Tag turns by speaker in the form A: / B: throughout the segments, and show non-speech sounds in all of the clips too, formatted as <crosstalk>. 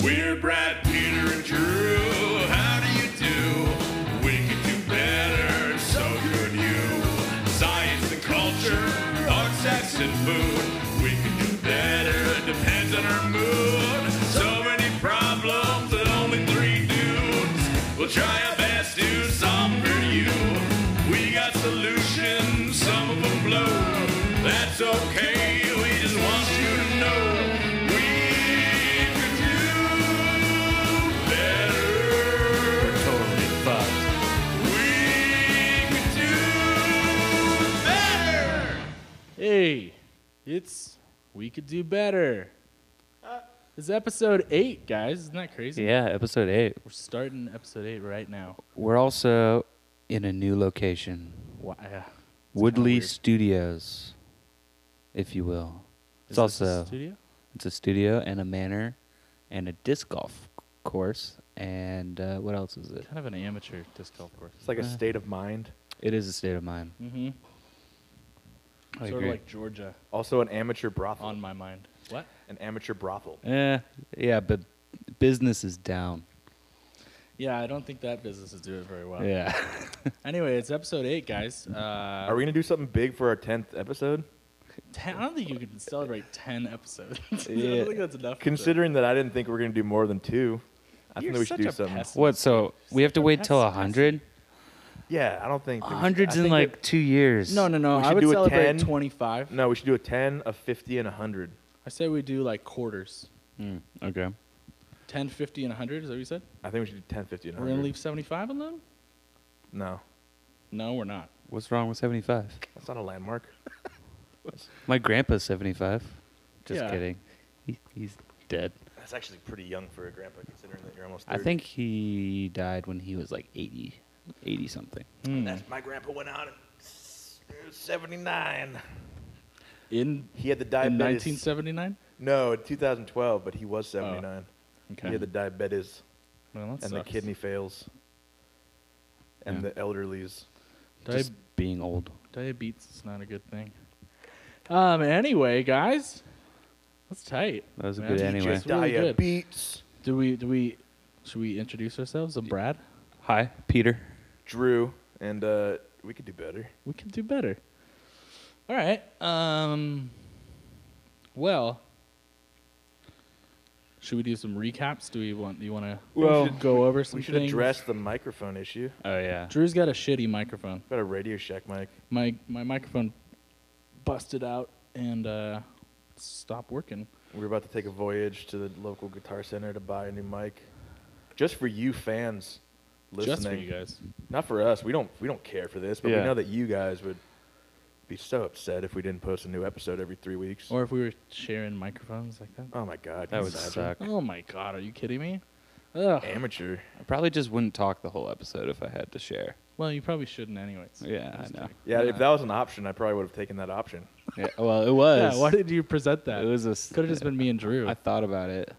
A: We're Brad, Peter, and Drew. How do you do? We could do better, so could you. Science and culture, art, sex, and food. We could do better, depends on our mood. So many problems that only three dudes will try our best to solve for you. We got solutions, some of them blow. That's okay, we just want you to know. We could do better.
B: Totally fucked.
A: We could do better.
B: Hey, it's we could do better. Uh. It's episode eight, guys. Isn't that crazy?
C: Yeah, episode eight.
B: We're starting episode eight right now.
C: We're also in a new location,
B: Wow. It's
C: Woodley
B: weird.
C: Studios, if you will.
B: Is this
C: It's
B: a
C: also
B: studio.
C: it's a studio and a manor and a disc golf c- course and uh, what else is it?
B: Kind of an amateur disc golf course.
D: It's like a state of mind.
C: It is a state of mind.
B: Mm-hmm.
C: I
B: sort
C: agree.
B: of like Georgia
D: Also, an amateur brothel.
B: on my mind. What?
D: An amateur brothel.
C: Eh, yeah, but business is down.
B: Yeah, I don't think that business is doing very well.
C: Yeah.
B: Anyway, it's episode eight, guys. Uh,
D: Are we gonna do something big for our tenth episode?
B: ten, I don't think you can celebrate ten episodes. <laughs> I
C: Yeah.
B: don't think that's enough.
D: Considering that I didn't think we were gonna do more than two, I
B: You're
D: think we should
B: such
D: do
B: a
D: something.
B: pessimist.
C: <laughs> what so we have to wait till
B: That's-
C: a hundred?
D: Yeah, I don't think. that we should- I
C: Hundreds in
D: think
C: like two years.
B: No, no, no.
D: We
B: I
D: should
B: would
D: do a
B: celebrate
D: 10.
B: twenty-five.
D: that- no, we should do a ten, a fifty, and a hundred.
B: I say we do like quarters.
C: Mm, okay.
B: 10, 50, and 100. Is that what you said?
D: I think we should do 10, 50, and
B: We're
D: 100.
B: going to leave 75 alone?
D: No,
B: No, we're not.
C: What's wrong with seventy five?
D: that's not
B: <laughs>
D: a landmark.
C: My grandpa's seventy five. Just
B: Yeah.
C: kidding. He, he's dead.
D: That's actually pretty young for a grandpa, considering that you're almost.
C: I think he died when he was like 80, 80 something.
D: my grandpa went out in '79.
B: In,
D: He had the
B: in
D: diabetes.
B: 1979?
D: no, 2012, but he was 79.
B: Oh, Okay.
D: He had the diabetes.
B: well, that
D: and
B: sucks.
D: the kidney fails, and
C: Yeah.
D: the elderlies.
B: Diab-
C: Just being old.
B: diabetes is not a good thing. Um. Anyway, guys, that's tight.
C: That was a
B: Man,
C: good
B: you
C: anyway.
B: just- really good.
D: diabetes.
B: Do we? Do we? Should we introduce ourselves? I'm Brad.
C: Hi, Peter.
D: Drew, and uh, we could do better.
B: We can do better. All right. Um. Well. Should we do some recaps? Do we want? Do you want to
D: Well,
B: go over some
D: We should
B: things?
D: address the microphone issue.
C: Oh yeah.
B: Drew's got a shitty microphone.
D: Got a Radio Shack mic.
B: My my microphone busted out and uh, stopped working.
D: We were about to take a voyage to the local guitar center to buy a new mic, just for you fans listening.
B: Just for you guys.
D: Not for us. We don't. We don't care for this, but
C: Yeah.
D: we know that you guys would be so upset if we didn't post a new episode every three weeks.
B: Or if we were sharing microphones like that.
D: oh my God,
C: That
D: can
C: would
D: you imagine?
C: suck.
B: Oh my god, are you kidding me? Ugh.
C: <laughs>
D: Amateur.
C: I probably just wouldn't talk the whole episode if I had to share.
B: Well, you probably shouldn't, anyways.
C: Yeah, I
B: Just
C: know.
B: kidding.
D: Yeah, if that was an option, I probably would have taken that option.
C: Yeah, well, it was.
B: Yeah,
C: <laughs>
B: why did you present that?
C: it was a.
B: Could have just been me and Drew
C: I thought about it.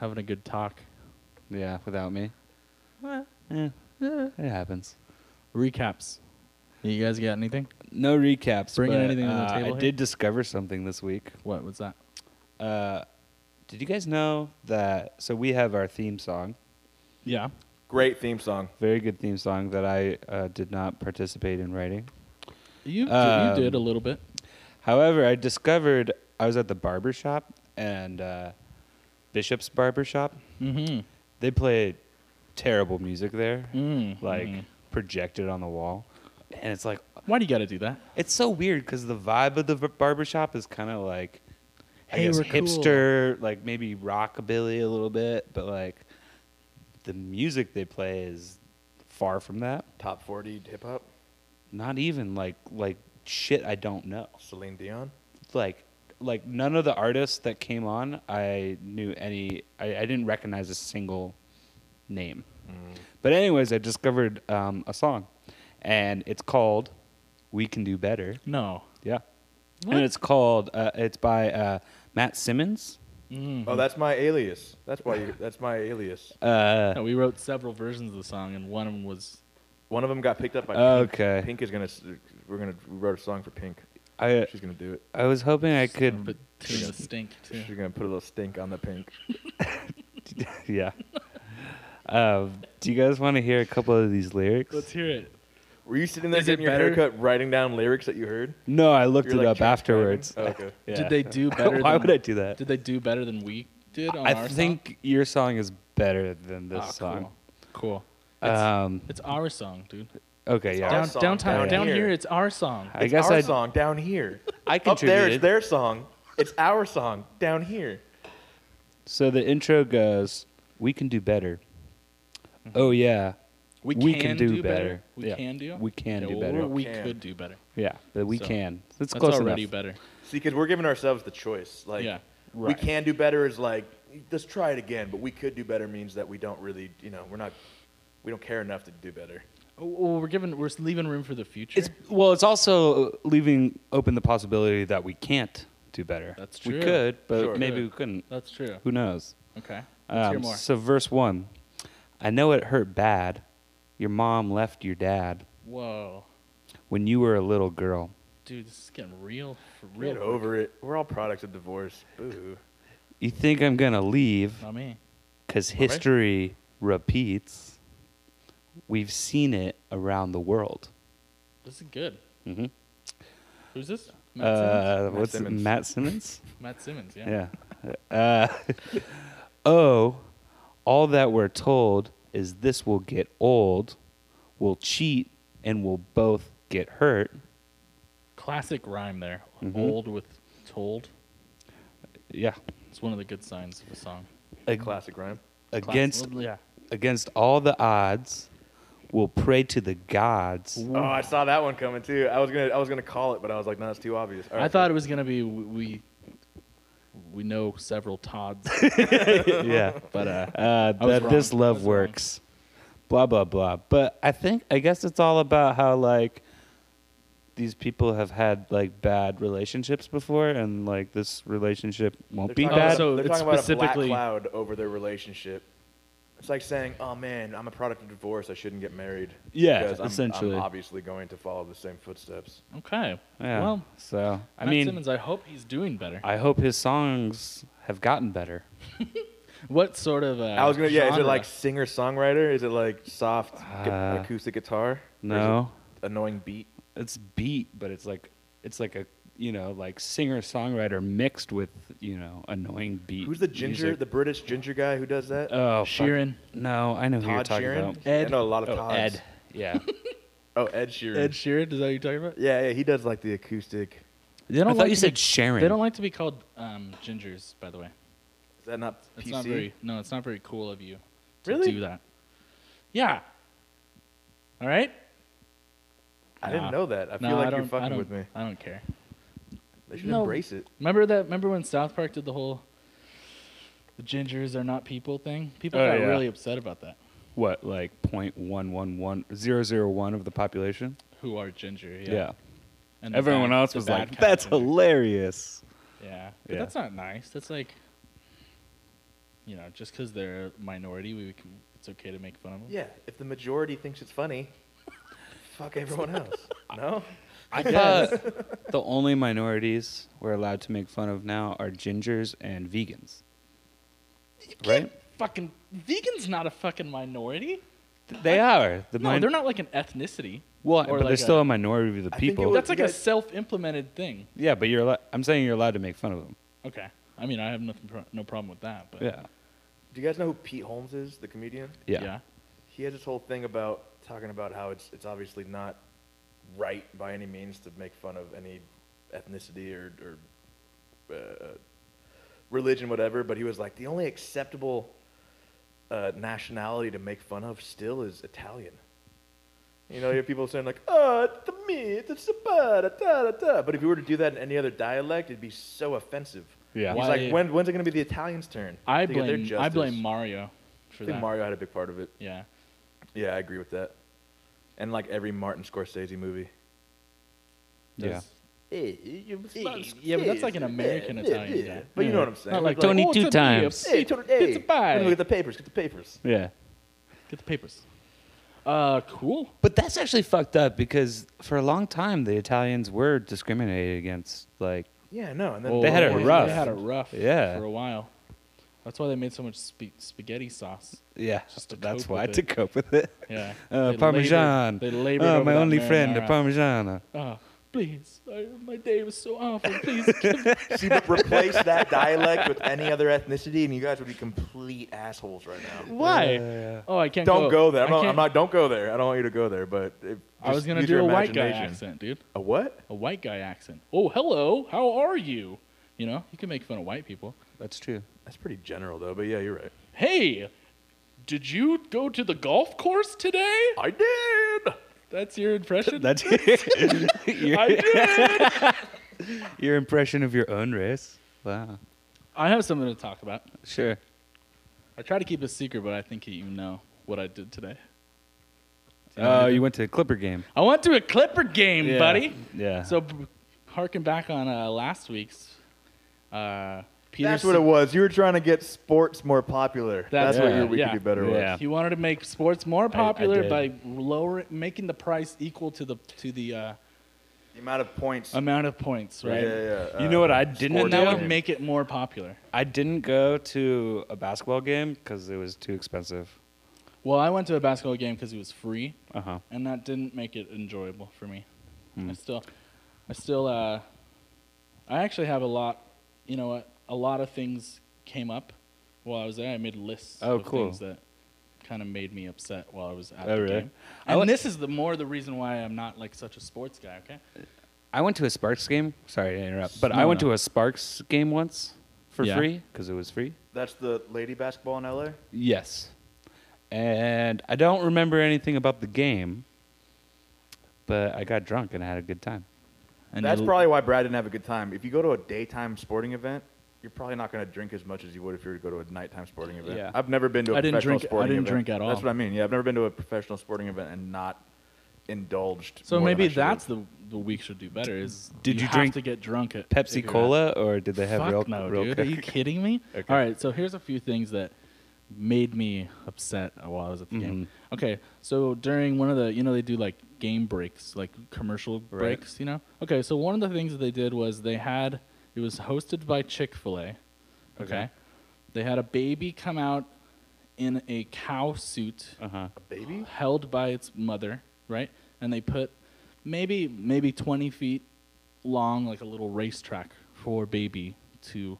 B: having a good talk.
C: Yeah, without me.
B: Well,
C: Yeah. It happens.
B: recaps. You guys got anything?
C: No recaps.
B: Bringing
C: but,
B: anything to the
C: uh,
B: table
C: I
B: here?
C: did discover something this week.
B: What was that?
C: Uh, did you guys know that? So we have our theme song.
B: Yeah.
D: Great theme song.
C: Very good theme song that I uh, did not participate in writing.
B: You,
C: Um,
B: you did a little bit.
C: However, I discovered I was at the barber shop and uh, Bishop's barber shop.
B: Mm-hmm.
C: They play terrible music there,
B: Mm,
C: like
B: mm.
C: projected on the wall, and it's like
B: Why do you got to do that?
C: it's so weird because the vibe of the b- barber shop is kind of like I
B: Hey,
C: guess
B: we're cool.
C: hipster, like maybe rockabilly a little bit, but like the music they play is far from that.
D: Top 40 hip hop,
C: Not even like like shit I don't know.
D: Celine Dion.
C: like like none of the artists that came on I knew any I, I didn't recognize a single name. But anyways, I discovered um, a song and it's called We Can Do Better.
B: No.
C: Yeah.
B: What?
C: And it's called uh, it's by uh, Matt Simmons.
D: Oh, that's my alias. That's why. <laughs> You, that's my alias.
C: Uh.
B: no. We wrote several versions of the song, and one of them was
D: One of them got picked up by.
C: Okay.
D: Pink. Pink is gonna. s- We're gonna. We wrote a song for Pink.
C: I
D: She's gonna do it.
C: I was hoping I
B: but
C: could <laughs>
B: tune the stink too.
D: She's gonna put a little stink on the pink.
C: <laughs> yeah. Um, do you guys want to hear a couple of these lyrics?
B: Let's hear it.
D: Were you sitting there
B: Is it
D: getting your
B: better?
D: haircut, writing down lyrics that you heard?
C: no, I looked
D: You're,
C: it
D: like,
C: up
D: transcribing?
C: afterwards.
D: Oh, okay.
C: Yeah.
B: Did they do better?
C: <laughs> Why
B: than,
C: would I do that?
B: Did they do better than we did on
C: I
B: our song?
C: think your song is better than this
B: Ah,
C: song.
B: Cool. cool. It's,
C: Um,
B: it's our song, dude.
C: okay, yeah.
B: Down,
D: song,
B: downtown,
C: down
B: down
D: here.
B: here, it's our song.
C: I
D: It's
C: guess
D: our
C: I-
D: song down here.
C: <laughs> I
D: Up there,
C: contributed.
D: it's their song. It's our song down here.
C: So the intro goes, "We can do better." Oh yeah,
B: Mm-hmm. We,
C: We
B: can, do, better. We
C: Yeah.
B: can do.
C: We can
B: Yeah,
C: do
B: or
C: better.
B: We
D: Can.
B: could do better.
C: yeah, but we
B: So,
C: can. That's,
B: That's
C: close
B: already
C: enough.
B: better.
D: See, because we're giving ourselves the choice. Like,
B: Yeah,
D: we
C: right.
D: can do better is like, let's try it again. But we could do better means that we don't really, you know, we're not, we don't care enough to do better.
B: Oh, Well, we're giving, we're leaving room for the future.
C: It's well, it's also leaving open the possibility that we can't do better.
B: That's
C: We
B: true.
C: could, but
D: Sure.
C: maybe
B: Could.
C: we couldn't.
B: That's true.
C: Who knows?
B: Okay. Let's hear
C: Um,
B: more.
C: So verse one, I know it hurt bad. Your mom left your dad
B: Whoa,
C: when you were a little girl.
B: dude, this is getting real, for real.
D: Get over it. We're all products of divorce. Boo.
C: You think I'm gonna leave?
B: Not me.
C: Because history repeats. We've seen it around the world.
B: This is good.
C: Mhm.
B: Who's this? Mm-hmm. Matt Simmons.
C: Uh,
D: Matt
C: what's it,
D: Simmons.
C: Matt Simmons?
B: Matt Simmons. Yeah.
C: yeah. <laughs> Uh, oh, all that we're told is this will get old, we'll cheat, and we'll both get hurt.
B: Classic rhyme there.
C: Mm-hmm.
B: Old with told.
C: Yeah.
B: It's one of the good signs of a song.
C: Ag-
D: Classic rhyme.
C: against
B: Classic. Yeah.
C: against all the odds, we'll pray to the gods.
D: Oh, I saw that one coming too. I was gonna, I was gonna call it, but I was like, no, it's too obvious. All
B: I
D: right.
B: thought it was gonna be w- we. We know several
C: <laughs>
B: Tods,
C: yeah.
B: but uh,
C: uh,
B: was
C: that
B: wrong.
C: this
B: I
C: love
B: was wrong.
C: works, blah blah blah. But I think I guess it's all about how like these people have had like bad relationships before, and like this relationship won't
D: They're
C: be
D: talking
C: bad.
D: about-
B: So
D: they're
B: it's
D: talking about a black
B: specifically-
D: cloud over their relationship. It's like saying, "Oh man, I'm a product of divorce. I shouldn't get married."
C: Yeah,
D: because I'm-
C: essentially.
D: I'm obviously going to follow the same footsteps.
B: okay.
C: yeah.
B: Well,
C: so I
B: Matt
C: mean,
B: Simmons, I hope he's doing better.
C: I hope his songs have gotten better.
B: What sort of? Uh,
D: I was gonna, yeah. Is it
B: genre?
D: like singer songwriter? Is it like soft gu-
C: Uh,
D: acoustic guitar? Or is
C: No,
D: it annoying beat.
C: it's beat, but it's like it's like a you know like singer songwriter mixed with you know annoying beat.
D: Who's the ginger,
C: music.
D: the British ginger guy who does
B: Uh,
D: that?
C: oh fuck.
B: Sheeran?
C: No, I know who you're
D: Todd
C: talking
D: Sheeran.
C: about.
B: Ed-
D: I know a lot of
C: Oh,
D: Tods.
C: Ed. Yeah. <laughs>
D: Oh, Ed Sheeran.
B: Ed Sheeran? Is that what you're talking about?
D: yeah, yeah, he does like the acoustic.
B: They don't
C: I
B: like
C: thought you
B: to
C: said
B: be-
C: Sharon.
B: They don't like to be called um, gingers, by the way.
D: Is that not
B: It's
D: PC?
B: not very. No, it's not very cool of you to
D: Really?
B: do that. Yeah. All right.
D: I didn't
B: Nah.
D: know that. I feel
B: no, I
D: like
B: don't.
D: you're
B: I
D: fucking
B: don't.
D: with me.
B: I don't care.
D: They should
B: No.
D: embrace it.
B: Remember that? Remember when South Park did the whole "the gingers are not people" thing? People
C: Oh,
B: got
C: yeah.
B: really upset about that.
C: what like point one one one zero zero one of the population?
B: Who are ginger? Yeah.
C: Yeah.
B: And the
C: Everyone
B: bad-
C: else
B: the
C: was
B: bad
C: like,
B: kind of
C: "That's
B: ginger."
C: hilarious."
B: Yeah. But
C: Yeah.
B: that's not nice. That's like, you know, just because they're a minority, we can, it's okay to make fun of them.
D: Yeah, if the majority thinks it's funny, fuck everyone
B: <laughs>
D: else. No?
C: I thought the only minorities we're allowed to make fun of now are gingers and vegans. Right?
B: Fucking vegan's not a fucking minority.
C: They are the
B: No,
C: min-
B: they're not like an ethnicity.
C: Well,
B: or
C: but
B: like
C: they're still
B: a-
C: a minority of the
D: I think it
C: people.
D: was-
B: That's like a self-implemented thing.
C: yeah, but you're. Allo- I'm saying you're allowed to make fun of them.
B: Okay. I mean, I have nothing, pro- no problem with that. But
C: Yeah.
D: Do you guys know who Pete Holmes is, the comedian?
C: Yeah.
D: He has this whole thing about talking about how it's it's obviously not right by any means to make fun of any ethnicity or, or uh, religion, whatever. But he was like, the only acceptable uh, nationality to make fun of still is Italian. You know, you have people saying like, "Oh, it's the meat, it's the da da da." But if you were to do that in any other dialect, it'd be so offensive.
C: Yeah.
D: He's
B: Why-
D: like, when, when's it going to be the Italians' turn?
B: I
D: to get their
B: blame I blame
D: justice?"
B: Mario for
D: I
B: that.
D: think Mario had a big part of it.
B: yeah.
D: Yeah, I agree with that. And like every Martin Scorsese movie.
C: Yeah.
B: Does- Yeah, but that's like an American Italian guy.
D: But you know what I'm
C: Not
D: saying.
B: Not like
D: It's
C: Tony
B: oh, it's
C: two
B: a
C: times.
B: BFC, It's a pie.
D: Look at the papers. Get the papers.
C: Yeah.
B: Get the papers. Uh, cool.
C: But that's actually fucked up because for a long time the Italians were discriminated against. Like,
D: Yeah, no. And then
B: Oh,
C: They had it
B: yeah,
C: rough.
B: They had it rough.
C: Yeah.
B: For a while. That's why they made so much sp- spaghetti sauce.
C: Yeah,
B: Just to
C: that's
B: cope
C: why
B: with
C: to
B: it.
C: cope with it.
B: Yeah.
C: Uh,
B: They
C: Parmesan.
B: labored- they labored
C: oh,
B: over
C: my
B: that
C: only friend, the
B: marinara.
C: Parmesan.
B: Oh, please. I, my day was so awful. Please.
D: See, but replace that dialect with any other ethnicity, and you guys would be complete assholes right now.
B: why?
C: Yeah.
B: Oh, I can't
D: Don't go there. I'm
B: I
D: not, I'm
B: can't-
D: not. Don't go there. I don't want you to go there. But if,
B: I was
D: just
B: going to
D: use your
B: do a white guy
D: imagination.
B: accent, dude.
D: A what?
B: A white guy accent. Oh, hello. How are you? You know, you can make fun of white people.
C: That's true.
D: That's pretty general though. But yeah, you're right.
B: Hey, did you go to the golf course today?
D: I did.
B: That's your
D: <laughs>
B: impression?
C: That's your,
B: I did.
C: <laughs> your impression of your own race. Wow.
B: <laughs> I have something to talk about.
C: Sure.
B: I try to keep it secret, but I think you know what I did today.
C: Oh, you went to a Clipper game.
B: I went to a Clipper game,
C: Yeah.
B: buddy.
C: Yeah.
B: So, b- harking back on uh, last week's, uh, Peter.
D: That's what it was. You were trying to get sports more popular.
B: That's
D: That's, what
B: right.
D: your we
B: Yeah.
D: could do better
C: Yeah.
D: with.
B: He wanted to make sports more popular
C: did.
B: by lower making the price equal to the to the uh,
D: The amount of points.
B: amount of points, right?
D: Yeah, yeah. yeah.
C: you
D: Uh,
C: know what I didn't
B: And that
C: do?
B: would make it more popular.
C: I didn't go to a basketball game because it was too expensive.
B: Well, I went to a basketball game because it was free,
C: Uh huh.
B: and that didn't make it enjoyable for me.
C: Hmm.
B: I still, I still, uh, I actually have a lot. You know what? A lot of things came up while I was there. I made lists
C: Oh,
B: of
C: cool.
B: things that kind of made me upset while I was at
C: Oh,
B: the
C: really?
B: game.
C: I
B: And
C: went-
B: this is the more the reason why I'm not like such a sports guy. Okay.
C: I went to a Sparks game. Sorry to interrupt, but I
B: No,
C: went
B: no.
C: to a Sparks game once for
B: Yeah.
C: free because it was free.
D: Uh, That's the lady basketball in LA.
C: Yes. And I don't remember anything about the game, but I got drunk and I had a good time.
B: And
D: That's
B: you-
D: probably why Brad didn't have a good time. If you go to a daytime sporting event, you're probably not going to drink as much as you would if you were to go to a nighttime sporting event.
C: Yeah.
D: I've never been to a
B: I didn't
D: professional
B: drink- I
D: sporting
B: didn't
D: event.
B: drink at all.
D: That's what I mean. Yeah, I've never been to a professional sporting event and not indulged.
B: So
D: more than I
B: maybe
D: should
B: that's
D: have.
B: the the week should do better. Is
C: Did you
B: have
C: drink
B: to get drunk at if
C: Pepsi
B: you're at-
C: Cola, or did they have
B: Fuck
C: real,
B: no,
C: real
B: dude. Are you
C: Coke?
B: kidding
C: <laughs>
B: me? All right, so here's a few things that made me upset while I was at the game.
C: Mm-hmm.
B: Okay, so during one of the, you know, they do like game breaks, like commercial breaks, you know. Okay, so one of the things that they did was they had it was hosted by Chick Fil A. Okay. they had a baby come out in a cow suit
C: Uh-huh.
D: baby.
B: held by its mother, right? And they put maybe maybe 20 feet long, like a little racetrack for baby to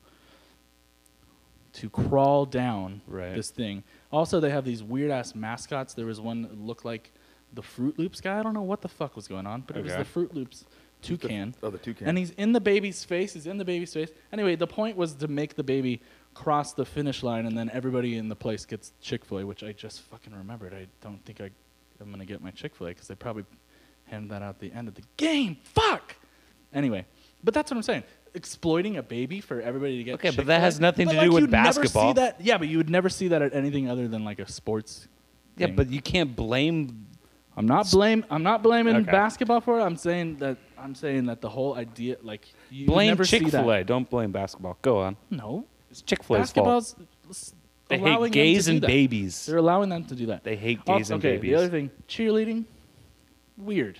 B: to crawl down
C: Right.
B: this thing. Also, they have these weird ass mascots. There was one that looked like the Fruit Loops guy. I don't know what the fuck was going on, but it was
C: Okay.
B: the Fruit Loops toucan.
D: oh, the toucan.
B: And he's in the baby's face. He's in the baby's face. Anyway, the point was to make the baby cross the finish line, and then everybody in the place gets Chick Fil A, which I just fucking remembered. I don't think I, I'm gonna get my Chick Fil A because they probably hand that out the end of the game. Fuck. Anyway, but that's what I'm saying. Exploiting a baby for everybody to get
C: Okay, but
B: Chick-fil-A.
C: that has nothing
B: But,
C: to
B: like,
C: do with
B: you'd never see
C: basketball.
B: that- yeah, but you would never see that at anything other than like a sports.
C: Yeah,
B: thing.
C: but you can't blame.
B: I'm not blame. I'm not blaming
C: Okay.
B: basketball for it. I'm saying that. I'm saying that the whole idea, like, you would
C: Blame
B: never see
C: Chick
B: that.
C: Fil A. Don't blame basketball. Go on.
B: No,
C: It's Chick Fil A's fault.
B: basketball's s-
C: They
B: allowing
C: hate
B: them to
C: gays
B: do
C: and
B: that.
C: babies.
B: They're allowing them to do that.
C: They hate
B: Oh,
C: gays and
B: okay,
C: babies.
B: The other thing, cheerleading, weird.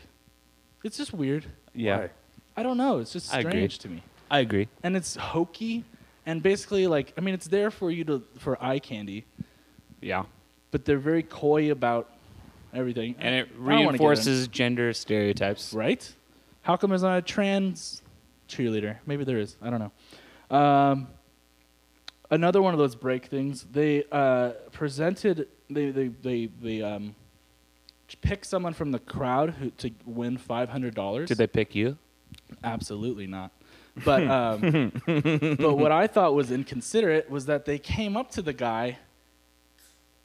B: It's just weird.
C: yeah,
D: Why?
B: I don't know. It's just
C: I agree.
B: strange to me,
C: I agree.
B: and it's hokey, and basically like I mean, it's there for you to for eye candy,
C: Yeah,
B: but they're very coy about everything,
C: and it
B: I don't wanna get in.
C: reinforces gender stereotypes.
B: right? How come there's not a trans cheerleader? Maybe there is. I don't know. Um, another one of those break things. They uh, presented. They they they they um, pick someone from the crowd who, to win five hundred dollars.
C: Did they pick you?
B: Absolutely not. But um,
C: <laughs>
B: but what I thought was inconsiderate was that they came up to the guy.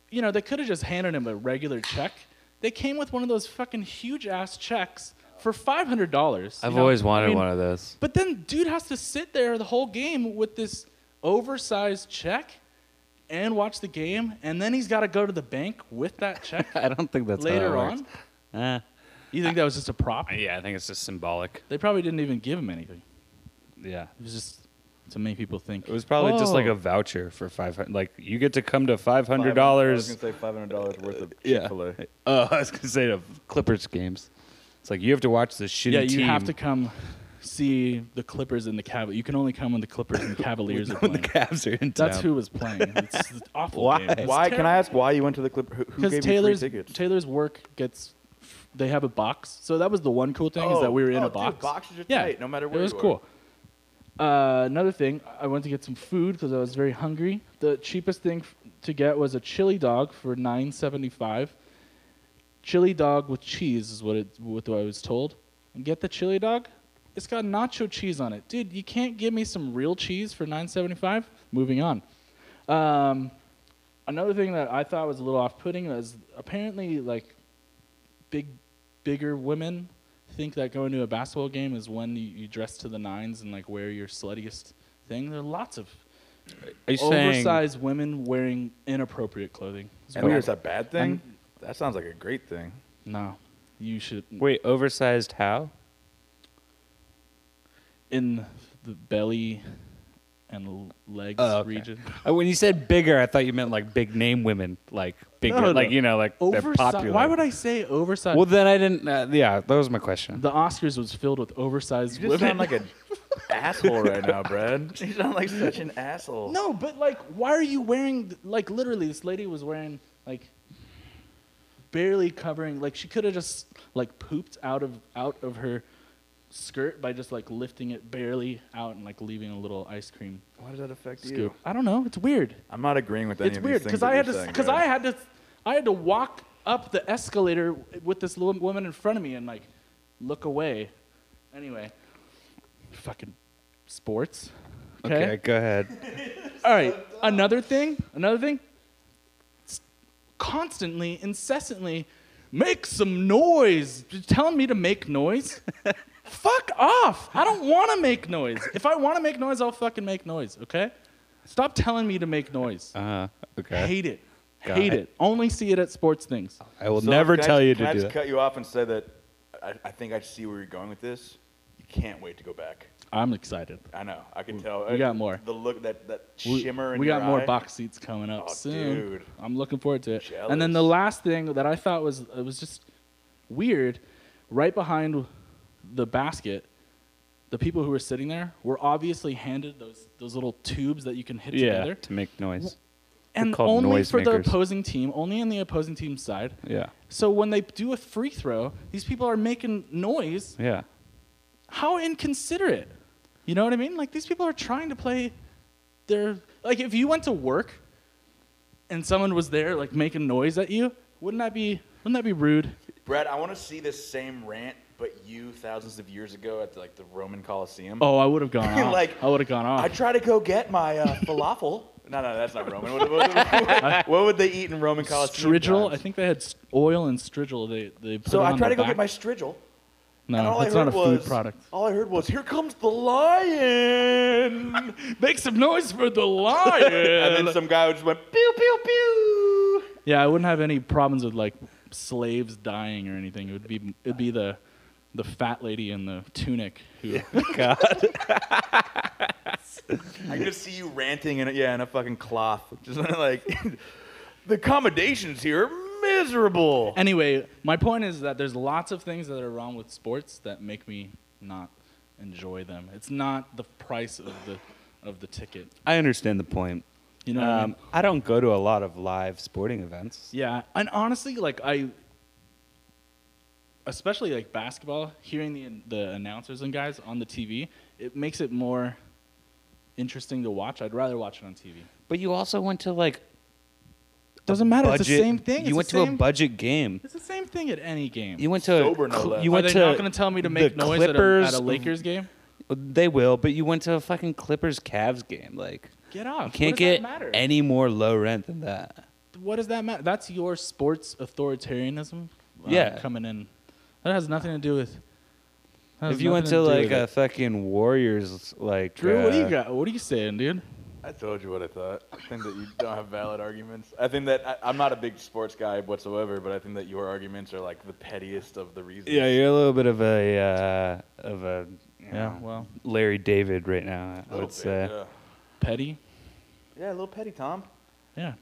B: You know, they could have just handed him a regular check. They came with one of those fucking huge ass checks for five hundred dollars.
C: I've always wanted one of those.
B: But then, dude has to sit there the whole game with this oversized check, and watch the game, and then he's got to go to the bank with that check
C: <laughs> I don't think that's
B: later
C: how that
B: on.
C: on. Uh,
B: You think that was just a prop?
C: <laughs> yeah, I think it's just symbolic.
B: They probably didn't even give him anything.
C: Yeah.
B: It was just to make people think.
C: It was probably just like
B: "Whoa."
C: a voucher for five hundred. Like you get to come to five hundred
D: I
C: dollars.
D: was going to say five hundred dollars worth of
C: Yeah.
D: Chick-fil-A.
C: <laughs> Uh, I was gonna say the Clippers games. It's like you have to watch this shitty
B: yeah. You
C: team.
B: have to come see the Clippers and the Cavaliers. You can only come when the Clippers and the Cavaliers are
C: <laughs> when
B: playing.
C: the Cavs are in town.
B: That's who was playing. It's an awful.
C: Why?
B: game. It's
D: Why? Can
B: terrible.
D: I ask why you went to the Clipper? Who, who gave
B: because
D: you
B: Taylor's
D: free tickets?
B: Taylor's work gets they have a box. So that was the one cool thing is that we were in
D: Oh,
B: a
D: dude,
B: box.
D: boxes are
B: yeah,
D: tight, no matter where
B: It was
D: you are.
B: cool. Uh, another thing, I went to get some food because I was very hungry. The cheapest thing f- to get was a chili dog for nine seventy five. Chili dog with cheese is what it what I was told. And get the chili dog. It's got nacho cheese on it, dude. You can't give me some real cheese for nine seventy five. Moving on. Um, another thing that I thought was a little off-putting was apparently like big, bigger women think that going to a basketball game is when you, you dress to the nines and like wear your sluttiest thing. There are lots of
C: Are you saying
B: oversized women wearing inappropriate clothing. It's
D: And
B: weird.
D: is that a bad thing? that sounds like a great thing.
B: No, you should
C: wait oversized how?
B: in the belly and l- legs
C: Oh, okay.
B: region.
C: Uh, When you said bigger, I thought you meant like big name women, like bigger,
B: No, no.
C: like you know, like they're
B: Oversized.
C: popular.
B: Why would I say oversized?
C: Well, then I didn't. Uh, yeah, that was my question.
B: the Oscars was filled with oversized
D: You just
B: women.
D: sound like <laughs> an asshole right now, Brad. <laughs> You sound like such an asshole.
B: No, but like, why are you wearing like literally? This lady was wearing like barely covering. Like she could have just like pooped out of out of her skirt by just like lifting it barely out and like leaving a little ice cream
D: Why does that affect you?
B: scoop. I don't know. It's weird.
D: I'm not agreeing with any
B: it's
D: of
B: weird
D: these things.
B: because I had
D: that
B: to
D: you're
B: because I
D: saying,
B: had to I had to walk up the escalator with this little woman in front of me and like look away. Anyway, fucking sports.
C: okay, go ahead.
B: All right. Another thing. Another thing. S- Constantly, incessantly, make some noise. You're telling me to make
C: <laughs>
B: noise? Fuck off. I don't want to make noise. If I want to make noise, I'll fucking make noise. Okay. Stop telling me to make noise.
C: Uh, okay.
B: Hate it.
C: Got
B: Hate
C: it.
B: it. Only see it at sports things.
C: I will
D: So
C: never
D: can I
C: tell
D: just-
C: you
D: can
C: to
D: I
C: do
D: just
C: that.
D: cut you off and say that I, I think I see where you're going with this. You can't wait to go back.
B: I'm excited.
D: I know. I can tell. Uh,
B: we got more.
D: The look that that
B: We-
D: shimmer. in
B: we
D: your
B: got more
D: eye.
B: box seats coming up
D: Oh,
B: soon.
D: dude.
B: I'm looking forward to it. And then
D: Jealous.
B: the last thing that I thought was it was just weird, right behind the basket, the people who were sitting there were obviously handed those those little tubes that you can hit
C: Yeah,
B: together,
C: to make noise.
B: and
C: called
B: only
C: noise
B: for the
C: makers.
B: opposing team, only in the opposing team's side.
C: Yeah,
B: So when they do a free throw, these people are making noise.
C: yeah.
B: How inconsiderate! You know what I mean? Like these people are trying to play their like if you went to work and someone was there like making noise at you, wouldn't that be wouldn't that be rude?
D: Brad, I want to see this same rant, but you thousands of years ago at like the Roman Colosseum.
B: Oh, I would have
D: <laughs>
B: gone off.
D: Like,
B: I would have gone off.
D: I try to go get my uh, <laughs> falafel. No, no, that's not Roman. What, what- what- what would they eat in Roman Colosseum?
B: Strigil,
D: times?
B: I think they had s- oil and strigil. They they put
D: So
B: it
D: I
B: on
D: tried
B: the
D: to go
B: back.
D: get my strigil.
B: No,
D: and all
B: that's
D: I heard
B: not a
D: was,
B: food
D: <laughs>
B: product.
D: All I heard was, "Here comes the lion,"
B: Make some noise for <laughs> the lion.
D: and then some guy just went pew pew pew.
B: yeah, I wouldn't have any problems with like slaves dying or anything. It would be it'd be the the fat lady in the tunic who
D: I can just see you ranting in a, yeah in a fucking cloth, <laughs> just like the accommodations here are miserable.
B: Anyway, my point is that there's lots of things that are wrong with sports that make me not enjoy them. It's not the price of the of the ticket.
C: I understand the point.
B: You know
C: Um,
B: what I
C: I,
B: mean?
C: don't go to a lot of live sporting events.
B: Yeah, and honestly, like I, especially like basketball, hearing the the announcers and guys on the TV, it makes it more interesting to watch. I'd rather watch it on TV.
C: But you also went to like
B: Doesn't matter. it's the
C: budget-
B: same thing.
C: You went to a budget game.
B: It's the same thing at any game.
C: You went to
D: Sober, no less.
C: you
B: Are
C: went
B: they
C: to
B: not going to tell me to
C: the
B: make noise at a,
C: Clippers-
B: at a Lakers game?
C: They will, but you went to a fucking Clippers Cavs game. Like
B: Get off.
C: you
B: What
C: can't
B: does that
C: get
B: matter?
C: any more low rent than that.
B: what does that matter? That's your sports authoritarianism. uh,
C: Yeah.
B: coming in. That has nothing to do with. that has
C: if you went
B: nothing
C: to
B: do
C: like
B: with
C: a
B: it.
C: fucking Warriors, like
B: Drew, what do
C: uh,
B: you got? What are you saying, dude?
D: I told you what I thought. I think that you don't have valid arguments. I think that I, I'm not a big sports guy whatsoever, but I think that your arguments are like the pettiest of the reasons.
C: Yeah, you're a little bit of a uh, of a you know,
B: well,
C: Larry David right now.
D: A
C: I
D: little
C: would
D: bit,
C: say.
D: Yeah.
B: petty.
D: Yeah, a little petty, Tom.
B: Yeah.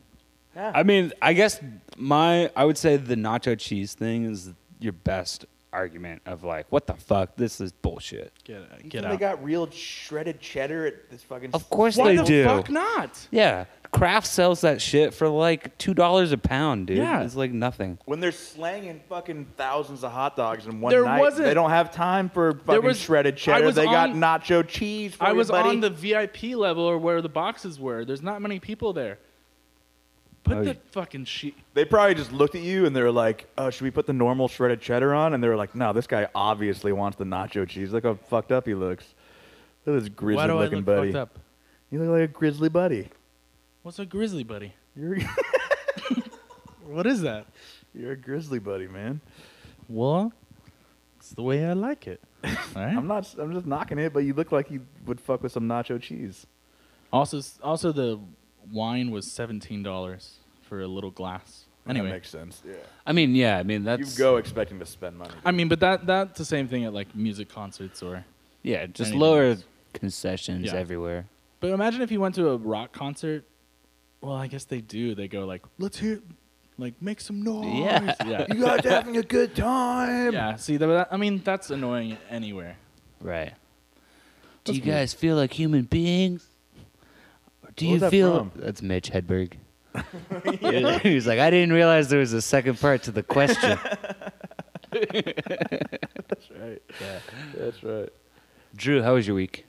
D: Yeah.
C: I mean, I guess my I would say the nacho cheese thing is your best argument of like, what the fuck? This is bullshit.
B: Get,
D: You
B: get
D: think They
B: out.
D: got real shredded cheddar at this fucking.
C: Of course
B: Why
C: they
B: the
C: do.
B: fuck not?
C: Yeah, Kraft sells that shit for like two dollars a pound, dude.
B: Yeah.
C: it's like nothing.
D: When they're slanging fucking thousands of hot dogs in one
B: There
D: night,
B: wasn't-
D: they don't have time for fucking
B: was-
D: shredded
B: I
D: cheddar.
B: was
D: They got
B: on-
D: nacho cheese. For
B: I was
D: you, buddy.
B: on the VIP level or where the boxes were. There's not many people there. Put
C: Oh,
B: the
C: you-
B: fucking sheet.
D: They probably just looked at you and they were like, "Oh, should we put the normal shredded cheddar on?" And they were like, "No, this guy obviously wants the nacho cheese. Look how fucked up he looks. Look at this
B: Why
D: grizzly
B: do I
D: looking
B: look
D: buddy.
B: fucked up?
D: You look like a grizzly buddy.
B: What's a grizzly buddy?
D: You're <laughs>
B: What is that?
D: you're a grizzly buddy, man.
B: Well, it's the way I like it. All right.
D: I'm not. I'm just knocking it, but you look like you would fuck with some nacho cheese.
B: Also, also the wine was seventeen dollars for a little glass. Anyway,
D: that makes sense. Yeah,
C: I mean, yeah, I mean that's
D: you go expecting to spend money.
B: I mean, but that that's the same thing at like music concerts or.
C: yeah, just
B: Anything
C: lower
B: else.
C: concessions
B: Yeah.
C: everywhere.
B: But imagine if you went to a rock concert. Well, I guess they do. They go like, let's hear, like, make some noise.
C: Yeah.
D: <laughs>
B: yeah.
D: you guys having a good time.
B: Yeah, See, that, I mean, that's annoying anywhere.
C: Right. Do
B: That's
C: you
B: cool.
C: guys feel like human beings? Or do
D: What
C: you
D: was that
C: feel
D: from?
C: that's Mitch <laughs> Hedberg? he was like, I didn't realize there was a second part to the question.
D: That's right. That's right.
C: Drew, how was your week?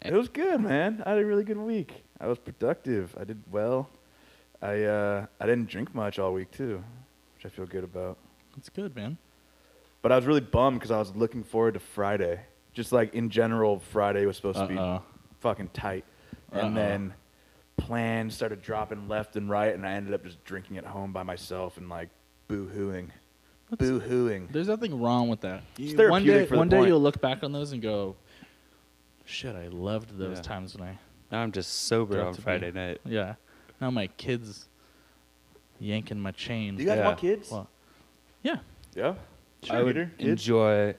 D: It was good, man. I had a really good week. I was productive. I did well. I uh, I didn't drink much all week too, which I feel good about.
B: It's good, man.
D: But I was really bummed because I was looking forward to Friday. Just like in general, Friday was supposed to
B: Uh-oh.
D: be fucking tight, and
B: Uh-oh.
D: then plans started dropping left and right, and I ended up just drinking at home by myself and like boo hooing, boo hooing.
B: There's nothing wrong with that.
D: It's
B: You- one
D: therapeutic
B: day,
D: for the
B: one day
D: point.
B: you'll look back on those and go, "Shit, I loved those
C: Yeah.
B: times when I."
C: Now I'm just sober
B: Got
C: on
B: to be.
C: Friday night.
B: Yeah. Now my kids yanking my chain.
D: Do you guys
C: Yeah.
D: want kids?
B: Well, yeah.
D: yeah.
C: I would
D: Cheerleader, kid?
C: enjoy.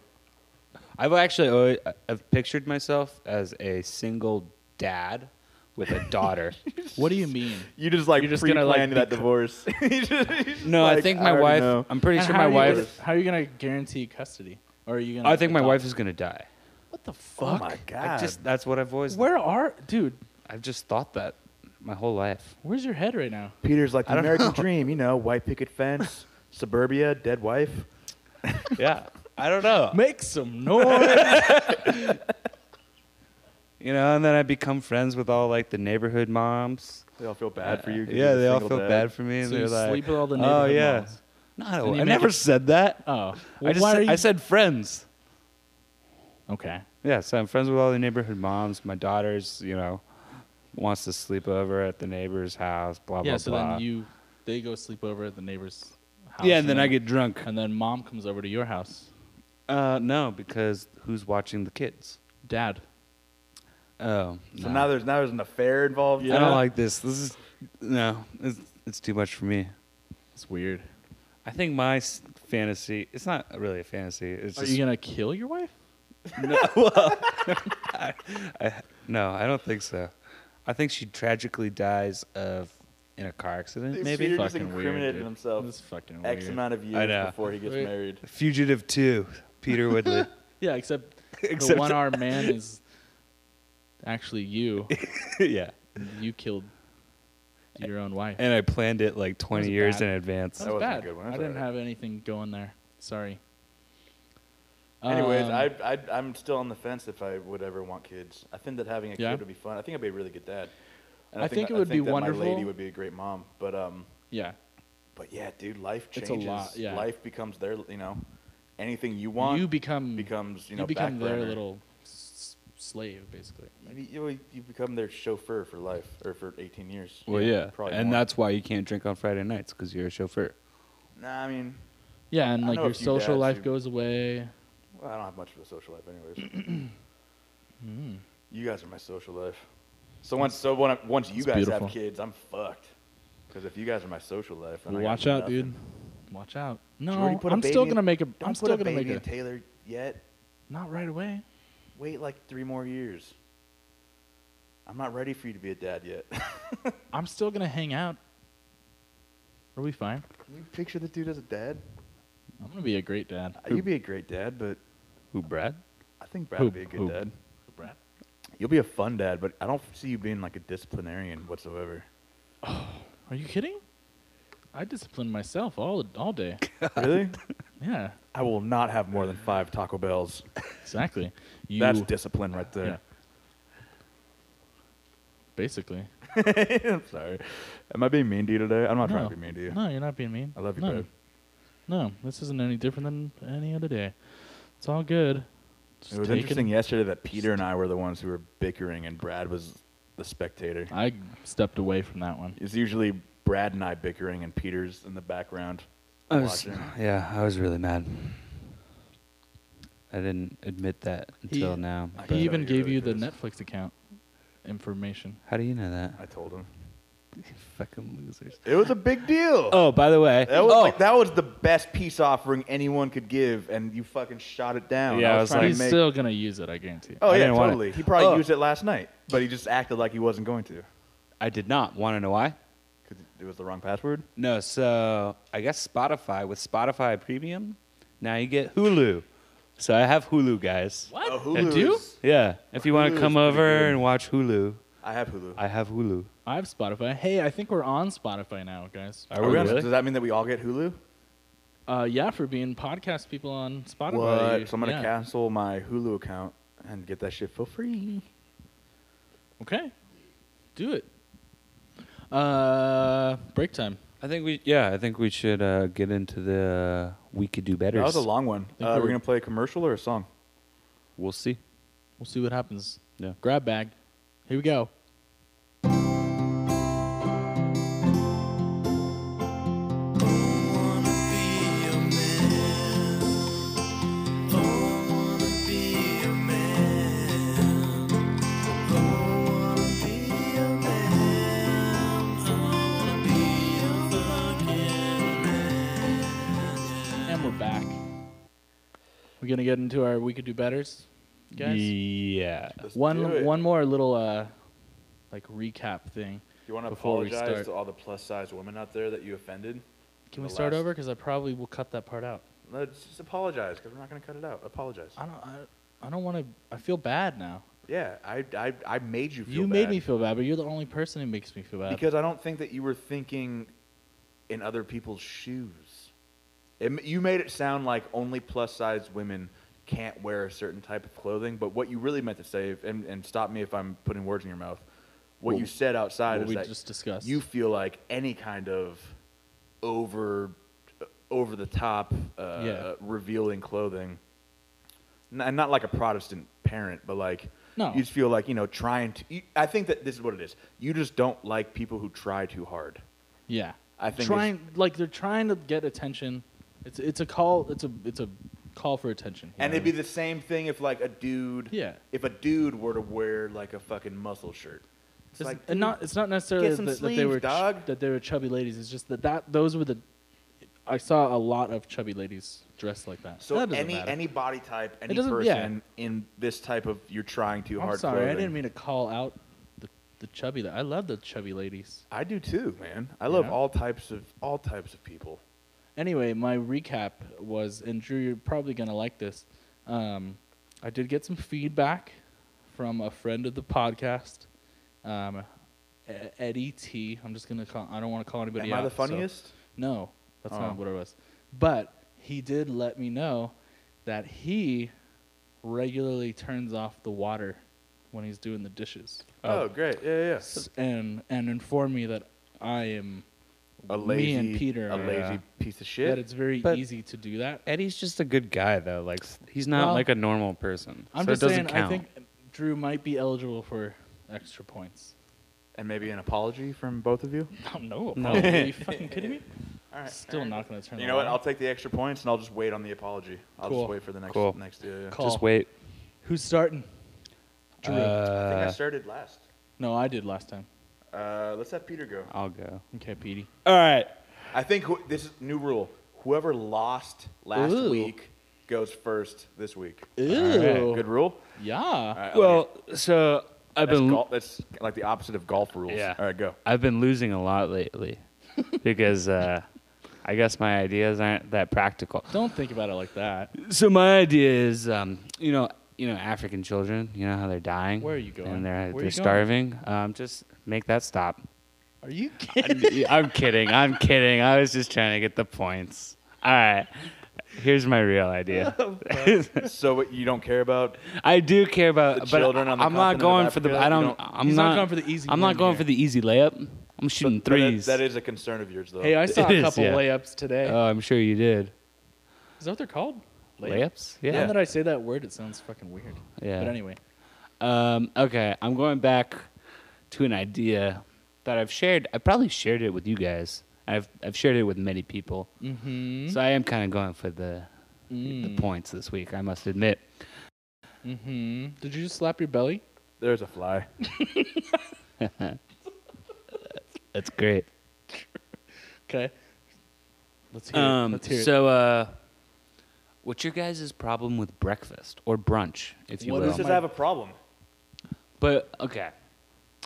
C: I've actually always, I've pictured myself as a single dad with a
D: <laughs>
C: daughter.
B: What do you mean?
D: You just like
B: You're just gonna,
D: pre-planned
B: like,
D: that
B: be-
D: divorce. <laughs> You just- you just,
C: no, I
D: like,
C: think my
D: already
C: wife.
D: know.
C: I'm pretty
B: And
C: sure
B: how
C: my
B: are you
C: wife.
B: gonna- how are you gonna guarantee custody? Or are you gonna?
C: I think my
B: adopt-
C: wife is gonna die.
B: What the fuck?
D: Oh my god!
C: I just that's what I've always.
B: Where are, dude?
C: I've just thought that my whole
D: <laughs>
C: life.
B: Where's your head right now?
D: Peter's like
C: I
D: the
C: don't
D: American dream, you know, white picket fence, suburbia, dead wife.
C: Yeah, I don't know.
B: Make some noise.
C: You know, and then I become friends with all like the neighborhood moms.
D: They all feel bad for you. 'cause
C: Yeah,
D: you're a
C: they all
D: single
C: feel
D: dad.
C: bad for me, and
B: So
C: they're
B: you
C: like,
B: sleep with all the
C: "Oh
B: neighborhood
C: yeah."
B: moms.
C: No,
B: And you
C: I
B: make
C: never
B: it-
C: said that.
B: oh,
C: I
B: Well,
C: just
B: why are
C: said,
B: you-
C: I said friends.
B: okay.
C: Yeah, so I'm friends with all the neighborhood moms. My daughter's, you know, wants to sleep over at the neighbor's house. Blah
B: yeah.
C: blah
B: so
C: blah.
B: then you, they go sleep over at the neighbor's house.
C: yeah, and then I get drunk.
B: And then mom comes over to your house.
C: Uh, no, because who's watching the kids?
B: Dad.
C: Oh,
D: So
C: no.
D: now there's now there's an affair involved.
C: I don't
B: Yeah.
C: like this. This is no, it's, it's too much for me.
B: It's weird.
C: I think my s- fantasy. It's not really a fantasy. It's
B: Are
C: just
B: you gonna kill your wife?
C: no. I don't think so. I think she tragically dies of in a car accident.
D: Dude,
C: maybe
D: Peter just
B: Fucking weird,
D: incriminated
B: dude.
D: himself
B: That's fucking
D: X
B: weird.
D: amount of
C: I know.
D: years before he gets
B: Wait.
D: married.
C: Fugitive Two. Peter Woodley. <laughs>
B: Yeah,
D: <laughs>
B: except, the
C: Except-
B: one armed man is actually you.
C: yeah.
B: You killed your own wife.
C: And I planned it like 20
B: Wasn't
C: years
B: bad.
C: in advance.
B: that
D: That
B: was
D: wasn't a
B: bad.
D: good one.
B: I
D: That's
B: didn't
D: all right.
B: have anything going there. Sorry.
D: Anyways,
B: Um,
D: I, I I'm still on the fence if I would ever want kids. I think that having a
B: Yeah?
D: kid would be fun. I think I'd be a really good dad. And
B: I think it would
D: I
B: be
D: think that My lady
B: wonderful.
D: would be a great mom, but um,
B: yeah.
D: but yeah, dude, life
B: It's
D: changes.
B: a lot, yeah.
D: Life becomes their, you know, anything you want
B: you become
D: becomes you
B: you,
D: know
B: become
D: back
B: their
D: burner.
B: little s- slave basically.
D: You- You, you become their chauffeur for life or for 18 years.
C: Well, yeah.
D: probably
C: And
D: more.
C: that's why you can't drink on Friday nights because you're a chauffeur.
D: Nah, I mean,
B: Yeah, and
D: I
B: like
D: know a
B: your
D: few
B: social
D: dads
B: life
D: who-
B: goes away.
D: well, I don't have much of a social life, anyways.
C: <clears throat>
B: Hmm.
D: You guys are my social life. So once, so when I, once you
B: It's
D: guys
B: beautiful.
D: have kids, I'm fucked. Because if you guys are my social life, then I
B: Well,
D: got
B: watch out,
D: nothing.
B: dude. Watch out.
D: Jordy,
B: No,
D: put a
B: I'm still
D: baby in-
B: gonna make a.
D: Don't
B: I'm
D: put
B: still
D: a
B: gonna
D: baby
B: make a.
D: in Taylor yet.
B: Not right away.
D: Wait like three more years. I'm not ready for you to be a dad yet. <laughs>
B: I'm still gonna hang out. Are we fine?
D: Can you picture the dude as a dad?
B: I'm gonna be a great dad.
D: Uh, You'd be a great dad, but
C: Who, Brad?
D: I think Brad
B: Who-
D: would be a good
B: who?
D: dad.
B: Brad.
D: You'll be a fun dad, but I don't see you being like a
B: <laughs>
D: disciplinarian whatsoever.
B: Are you kidding? I discipline myself all all
D: <laughs>
B: day.
D: Really?
B: yeah,
D: I will not have more than five Taco Bells.
B: exactly. You,
D: That's discipline right
B: yeah.
D: there.
B: Basically.
D: <laughs> I'm sorry. Am I being mean to you today? I'm not trying
B: No.
D: to be mean to you.
B: No, you're not being mean.
D: I love you,
B: no.
D: babe.
B: No, this isn't any different than any other day. It's all good. Just
D: It was
B: taking-
D: interesting yesterday that Peter and I were the ones who were bickering, and Brad was the spectator.
B: I stepped away from that one.
D: It's usually Brad and I bickering, and Peter's in the background
C: I was,
D: watching.
C: yeah, I was really mad. I didn't admit that
B: He-
C: until now.
D: I
C: but-
B: He
D: bet
B: even
D: you're
B: gave
D: really
B: you the
D: pissed.
B: Netflix account information.
C: How do you know that?
D: I told him
C: Fucking losers.
D: it was a big deal.
C: Oh, by the way,
D: That was
C: oh,
D: like that was the best peace offering anyone could give, and you fucking shot it down.
C: Yeah, I was
D: trying to
B: He's
D: make-
B: still gonna use it, I guarantee. it.
D: Oh
C: I
D: yeah,
C: didn't want it.
D: totally. He probably
C: Oh.
D: used it last night, but he just acted like he wasn't going to
C: I did not want to know why.
D: because it was the wrong password.
C: No, so I guess Spotify with Spotify Premium, now you get Hulu. So I have Hulu, guys.
B: What?
D: Oh,
B: I
D: Hulu
B: do?
D: is-
C: Yeah, if you want
D: Hulu
C: to
D: is
C: come
D: pretty
C: over
D: good.
C: and watch Hulu,
D: I have Hulu.
C: I have Hulu.
B: I have Spotify. Hey, I think we're on Spotify now, guys.
C: Are we
D: on-
C: really?
D: Does that mean that we all get Hulu?
B: Uh, yeah, for being podcast people on Spotify. you-
D: So I'm gonna
B: yeah.
D: cancel my Hulu account and get that shit for free.
B: Okay, do it. Uh, break time.
C: I think we, yeah, I think we should uh, get into the uh, we could do better.
D: That was a long one.
B: Think
D: Uh,
B: we're-
D: we're gonna play a commercial or a song.
C: We'll see.
B: We'll see what happens.
C: Yeah.
B: Grab bag. Here we go. And we're back. We're gonna get into our we could do betters, guys.
C: Yeah.
D: Let's do
B: One
D: it.
B: one more little uh like recap thing.
D: Do you want to
B: before we start.
D: apologize to all the plus size women out there that you offended?
B: Can we
D: The
B: start
D: last-
B: over? Because I probably will cut that part out.
D: Let's just apologize because we're not gonna cut it out. Apologize.
B: I don't. I, I don't want to. I feel bad now.
D: Yeah, I, I, I made you feel
B: you made
D: bad
B: me feel bad, but you're the only person who makes me feel bad.
D: because I don't think that you were thinking in other people's shoes. It, m- you made it sound like only plus size women can't wear a certain type of clothing, but what you really meant to say, if- and, and stop me if I'm putting words in your mouth, what you said outside
B: what
D: is
B: we
D: that
B: just discussed.
D: you feel like any kind of over over the top uh,
B: Yeah.
D: revealing clothing N- and not like a Protestant parent, but like
B: No.
D: you just feel like you know trying to. You, I think that this is what it is. You just don't like people who try too hard.
B: yeah.
D: I think it's-
B: trying like they're trying to get attention. It's it's a call. It's a it's a call for attention. you
D: And
B: know
D: it'd be the same thing if like a dude,
B: Yeah.
D: if a dude were to wear like a fucking muscle shirt. It's
B: It's
D: like
B: and not. It's not necessarily
D: get some
B: that, that they
D: sleeves,
B: were ch-
D: dog.
B: that they were chubby ladies. It's just that that those were the. I saw a lot of chubby ladies dressed like that.
D: So
B: That doesn't
D: any
B: matter.
D: any body type, any
B: doesn't-
D: person
B: yeah.
D: in this type of you're trying too
B: I'm
D: hard.
B: sorry, I
D: clothing-
B: didn't mean to call out the, the chubby. la- I love the chubby ladies.
D: I do too, man. I love
B: know?
D: all types of all types of people.
B: Anyway, my recap was, and Drew, you're probably gonna like this. Um, I did get some feedback from a friend of the podcast, um, E- Eddie T. I'm just gonna call. I don't want to call anybody
D: Am I
B: out,
D: the
B: so-
D: funniest?
B: No, that's
D: Oh.
B: not what it was. But he did let me know that he regularly turns off the water when he's doing the dishes.
D: oh, great! Yeah, yeah, yeah.
B: s- and and inform me that I am
D: A lazy,
B: me and Peter
D: a
B: are,
D: lazy
C: Yeah.
D: piece of
B: that
D: shit.
B: it's very
C: But-
B: easy to do that.
C: Eddie's just a good guy though. Like s- he's not
B: Well,
C: like a normal person.
B: I'm
C: so
B: just
C: it doesn't
B: saying
C: count.
B: I think Drew might be eligible for extra
E: <laughs>
B: points.
D: And maybe an apology from both of you.
E: Oh,
B: No, no,
C: No.
B: apology.
E: <laughs>
B: are you fucking kidding me?
D: All right.
B: Still not going to turn.
D: You
B: the
D: know what?
B: light
D: I'll
B: on.
D: take the extra points and I'll just wait on the apology. I'll
B: Cool.
D: just wait for the next
C: Cool.
D: next. Yeah, yeah.
B: Cool.
C: just
B: Paul.
C: wait.
B: Who's starting? Drew.
D: I think I
C: Uh,
D: started last.
B: no, I did last time.
D: Uh, let's have Peter go.
C: I'll go.
B: Okay, Petey.
C: All right.
D: I think who, this is new rule. Whoever lost last
B: Ooh.
D: week goes first this week.
B: Ew.
D: Good rule.
B: Yeah.
D: All right, I'll
C: Well, so I've
D: That's,
C: been
D: gol- that's like the opposite of golf rules.
C: Yeah.
D: All right, go.
B: <laughs>
C: I've been losing a lot lately because uh,
E: I guess my ideas aren't that practical.
B: Don't think about it like that.
E: So my idea is, um, you know, you know, African children. You know how they're dying.
B: Where are you going?
E: And they're
B: Where are
E: they're
B: you going?
E: starving. Um, just make that stop.
B: Are you kidding?
E: I'm kidding. I'm kidding. I was just trying to get the points. All right. Here's my real idea.
D: <laughs> Oh, So what, you don't care about?
E: <laughs> I do care about
D: The
E: but
D: children on the
E: I'm not
D: continent of
E: going for the.
D: Africa,
E: I
D: you don't-
E: don't. I'm
B: He's not
E: not,
B: going for the easy
E: I'm
B: win
E: not going
B: here.
E: for the easy layup. I'm shooting
D: That-
E: threes.
D: that is a concern of yours, though.
B: hey, I saw a
E: It is,
B: couple
E: yeah.
B: layups today.
E: oh, I'm sure you did.
B: is that what they're called?
E: Layups? Yeah.
B: Now that I say that word, it sounds fucking weird.
E: Yeah.
B: But anyway,
E: Um, okay, I'm going back to an idea that I've shared. I probably shared it with you guys. I've I've shared it with many people.
B: Hmm?
E: Mm-hmm. So I am kind of going for the
B: Mm-hmm.
E: the points this week. I must admit.
B: Mm-hmm. did you just slap your belly?
D: There's a fly.
E: That's great.
B: Okay. Let's hear it.
E: Um,
B: Let's hear
E: so, uh, what's your guys' problem with breakfast or brunch, if you
B: What
E: will?
B: is
D: This
B: Well,
D: is
B: my-
D: have a problem.
E: but okay,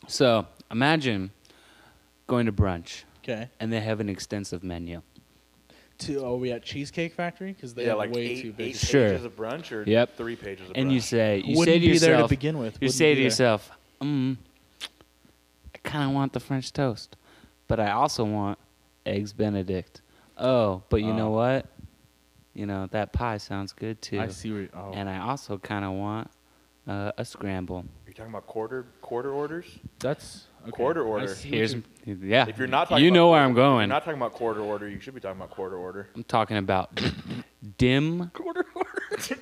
E: so imagine going to brunch
B: it. Okay.
E: and they have an extensive menu.
B: To, are we at Cheesecake Factory? Because they
D: yeah,
B: have
D: like
B: way
D: eight,
B: too big.
D: eight
E: Sure.
D: pages of brunch or
E: Yep.
D: three pages of brunch.
E: and you say you
B: Wouldn't
E: say to
B: be there to
E: yourself
B: begin with.
E: you
B: Wouldn't
E: say
B: be
E: to
B: there.
E: yourself mm, i kind of want the french toast but i also want eggs benedict oh but you know what you know that pie sounds good too
B: I see where. you- Oh.
E: and i also kind of want uh, a scramble
D: Are you talking about quarter quarter orders?
B: That's okay.
D: Quarter
B: I
D: order.
B: see what
E: here's
B: you're-
E: yeah
D: If you're not talking
E: you
D: about
E: know where
D: quarter-
E: i'm
D: If
E: going
D: you're not talking about quarter order. You should be talking about quarter order.
E: i'm talking about dim
D: Quarter order. <laughs>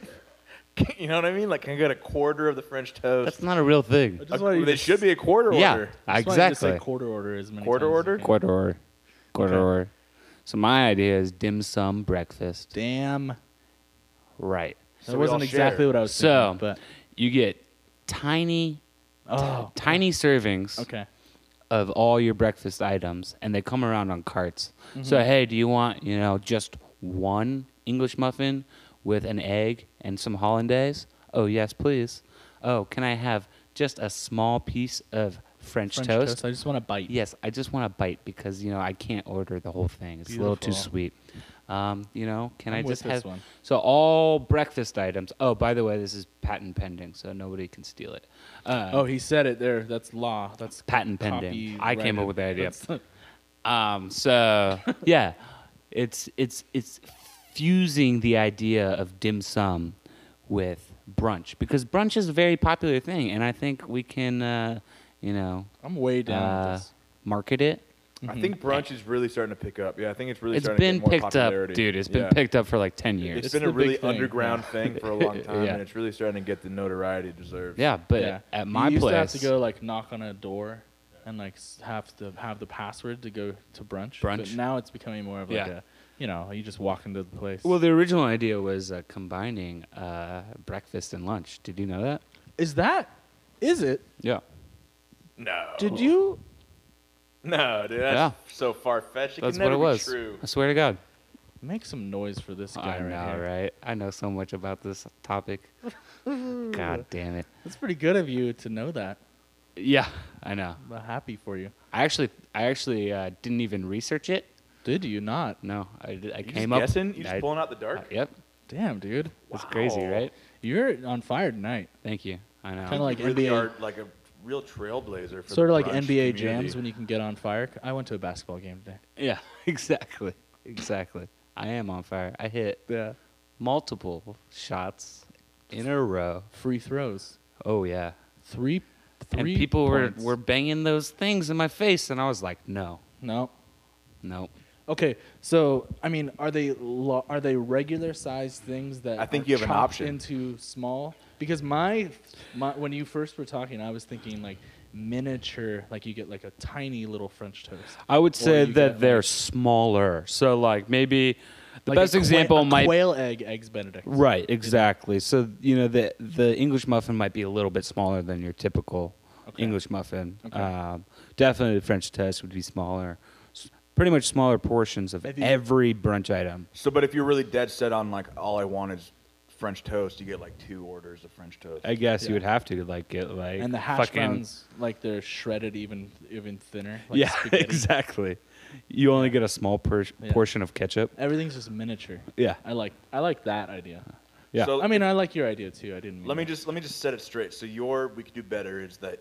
D: you know what I mean? Like, can I get a quarter of the French
E: that's
D: toast?
E: not a real thing
B: I just
D: A,
B: wanted you
D: it
B: to
D: should
B: s-
D: be a quarter
E: yeah
D: order.
B: I just wanted you to say
E: exactly
B: quarter order as many
D: Quarter
B: times as you
D: order?
B: can.
E: quarter order quarter
B: Okay.
E: order so my idea is dim sum breakfast
B: Damn. That
E: Right.
D: So we
B: wasn't
D: all
B: exactly
D: share.
B: what I was
E: So,
B: thinking. But
E: you get tiny,
B: oh,
E: tiny servings
B: okay.
E: of all your breakfast items, and they come around on carts.
B: Mm-hmm.
E: So, hey, do you want, you know, just one English muffin with an egg and some hollandaise? Oh, yes, please. Oh, can I have just a small piece of French,
B: French
E: toast?
B: I just want to bite.
E: Yes, I just want a bite because you know I can't order the whole thing. It's a little too
B: Beautiful.
E: sweet. Um, you know, can i
B: I'm with
E: just
B: this
E: have
B: one.
E: so all breakfast items? Oh, by the way, this is patent pending, so nobody can steal it. Uh,
B: Oh, he said it there. That's law. That's
E: Patent pending. I came
B: copyrighted.
E: up with the idea.
B: That's-
E: Um, so yeah, it's it's it's fusing the idea of dim sum with brunch because brunch is a very popular thing, and I think we can uh, you know
B: I'm way down. with
E: uh,
B: this.
E: market it.
D: I think brunch is really starting to pick up. Yeah, I think it's really
E: Mm-hmm. It's
D: starting to get
E: been
D: more
E: picked
D: popularity.
E: up, dude. It's been
D: Yeah.
E: picked up for like ten years.
D: it's
B: It's
D: been
B: the
D: a
B: big
D: really
B: thing, yeah.
D: underground thing for a
E: <laughs>
D: long time,
E: Yeah.
D: and it's really starting to get the notoriety it deserves.
E: Yeah, but
B: yeah.
E: at
B: You
E: my
B: used
E: place,
B: to have to go like knock on a door and like s- have to have the password to go to brunch. But
E: Brunch.
B: now it's becoming more of like
E: Yeah.
B: a, you know, you just walk into the place.
E: well, the original idea was uh, combining uh, breakfast and lunch. Did you know that?
B: is that? Is it?
E: Yeah.
D: No.
B: Did you?
D: No, dude. That's
E: Yeah.
D: so far fetched. It
E: That's
D: can
E: what
D: never
E: it was.
D: Be true.
E: I swear to God.
B: Make some noise for this guy
E: I
B: right
E: know,
B: here.
E: right? I know so much about this
D: <laughs>
E: topic. God damn it.
B: That's pretty good of you to know that.
E: Yeah, I know.
B: I'm happy for you.
E: I actually, I actually uh, didn't even research it.
B: Did you not?
E: No, I, d- I
D: You
E: came
D: just
E: up.
D: guessing? You just
E: I-
D: pulling out the dark?
E: Yep.
B: Damn, dude.
E: It's crazy,
D: Wow.
E: right?
B: You're on fire tonight.
E: Thank you. I know.
B: Kinda like
D: you really
B: NBA
D: are like a real trailblazer. For
B: Sort
D: the
B: of like
D: brunch
B: NBA
D: community.
B: jams when you can get on fire. I went to a basketball game today.
E: <laughs> yeah, <laughs> exactly, exactly. I am on fire. I hit
B: Yeah.
E: multiple shots in a row.
B: Free throws.
E: Oh yeah.
B: Three.
E: And
B: Three
E: people
B: points.
E: were were banging those things in my face and I was like, "No.
B: no.
E: No."
B: Okay, so I mean, are they lo- are they regular sized things that
D: I think
B: are
D: you have an
B: chopped
D: option.
B: into small? Because my, my when you first were talking, I was thinking like miniature, like you get like a tiny little French toast.
E: I would
B: Or
E: say
B: you
E: that
B: get,
E: they're
B: like-
E: smaller. So like maybe the
B: like a
E: best
B: qua-
E: example
B: a
E: might
B: quail egg eggs Benedict.
E: Right, exactly. So you know the the English muffin might be a little bit smaller than your typical
B: Okay.
E: English muffin.
B: Okay.
E: Um, definitely the French toast would be smaller. S- pretty much smaller portions of
B: Maybe-
E: every brunch item.
D: So, but if you're really dead set on like all I want is French toast, you get like two orders of French toast.
C: I guess
B: Yeah.
C: you would have to like get like
B: and the hash
C: fucking,
B: browns like they're shredded even even thinner. Like
C: yeah, <laughs>
B: spaghetti.
C: exactly. You only get a small per-
B: Yeah.
C: portion of ketchup.
B: Everything's just miniature.
C: Yeah.
B: I like I like that idea.
C: Yeah.
D: So-
B: I mean, I like your idea too. I didn't. Mean
D: Let me
B: that.
D: just let me just set it straight. So your we could do better is that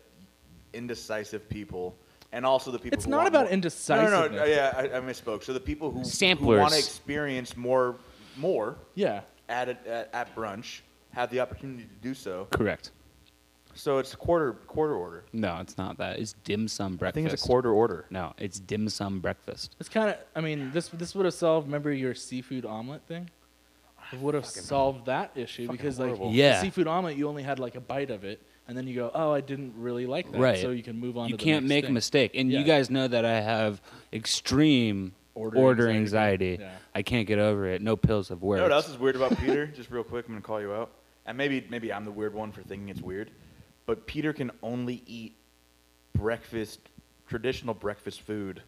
D: indecisive people, and also the people.
B: It's
D: who
B: not
D: want
B: about
D: more- No, no, no
B: indecisiveness.
D: yeah, I, I misspoke. So the people who, who
C: Samplers.
D: want to experience more, more
B: yeah.
D: at, a, at at brunch have the opportunity to do so.
C: Correct.
D: So it's quarter quarter order.
C: No, it's not that. It's dim sum
D: I
C: breakfast.
D: think it's a quarter order.
C: No, it's dim sum breakfast.
B: It's kind of. I mean, this this would have solved. Remember your seafood omelet thing? It would have solved that issue because like
D: horrible.
B: the
C: Yeah.
B: seafood omelet, you only had like a bite of it, and then you go, oh, I didn't really like that,
C: Right.
B: so you can move on.
C: You
B: to the
C: can't
B: next
C: make
B: thing.
C: a mistake. And
B: Yeah.
C: you guys know that I have extreme
B: Order
C: order,
B: anxiety.
C: anxiety.
B: Yeah.
C: I can't get over it. No pills have
D: You
C: worked.
D: know what else is weird about Peter? <laughs> Just real quick, I'm gonna call you out. And maybe maybe I'm the weird one for thinking it's weird, but Peter can only eat breakfast, traditional breakfast food,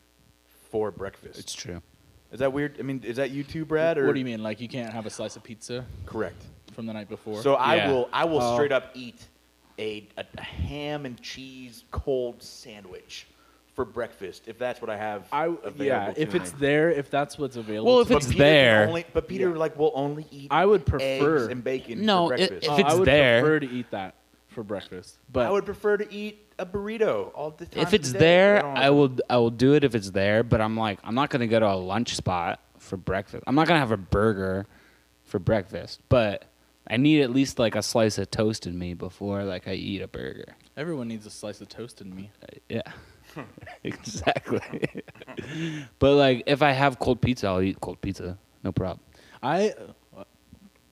D: for breakfast.
C: It's true.
D: Is that weird? I mean, is that you too, Brad? Or
B: What do you mean? Like you can't have a slice of pizza
D: Correct.
B: from the night before?
D: So I
C: Yeah.
D: will I will
B: Oh.
D: straight up eat a, a, a ham and cheese cold sandwich for breakfast if that's what I have.
B: I
D: available
B: yeah.
D: to
B: If
D: me.
B: it's there, if that's what's available. to
C: Well, if
B: me.
D: But
C: it's
D: Peter can
C: there-
D: only- but Peter
B: Yeah.
D: like will only eat.
B: I would
D: eggs
B: prefer-
D: and bacon
C: No,
D: for
C: it-
D: breakfast.
C: if
B: Oh, I
C: it's
B: would
C: there-
B: prefer to eat that for breakfast. But
D: I would prefer to eat a burrito all the time.
C: If it's
D: today.
C: there,
D: don't-
C: I will I will do it if it's there, but I'm like I'm not going to go to a lunch spot for breakfast. I'm not going to have a burger for breakfast, but I need at least like a slice of toast in me before like I eat a burger.
B: everyone needs a slice of toast in me.
C: Yeah. <laughs> exactly. <laughs> but like if I have cold pizza, I'll eat cold pizza. No problem.
B: I uh,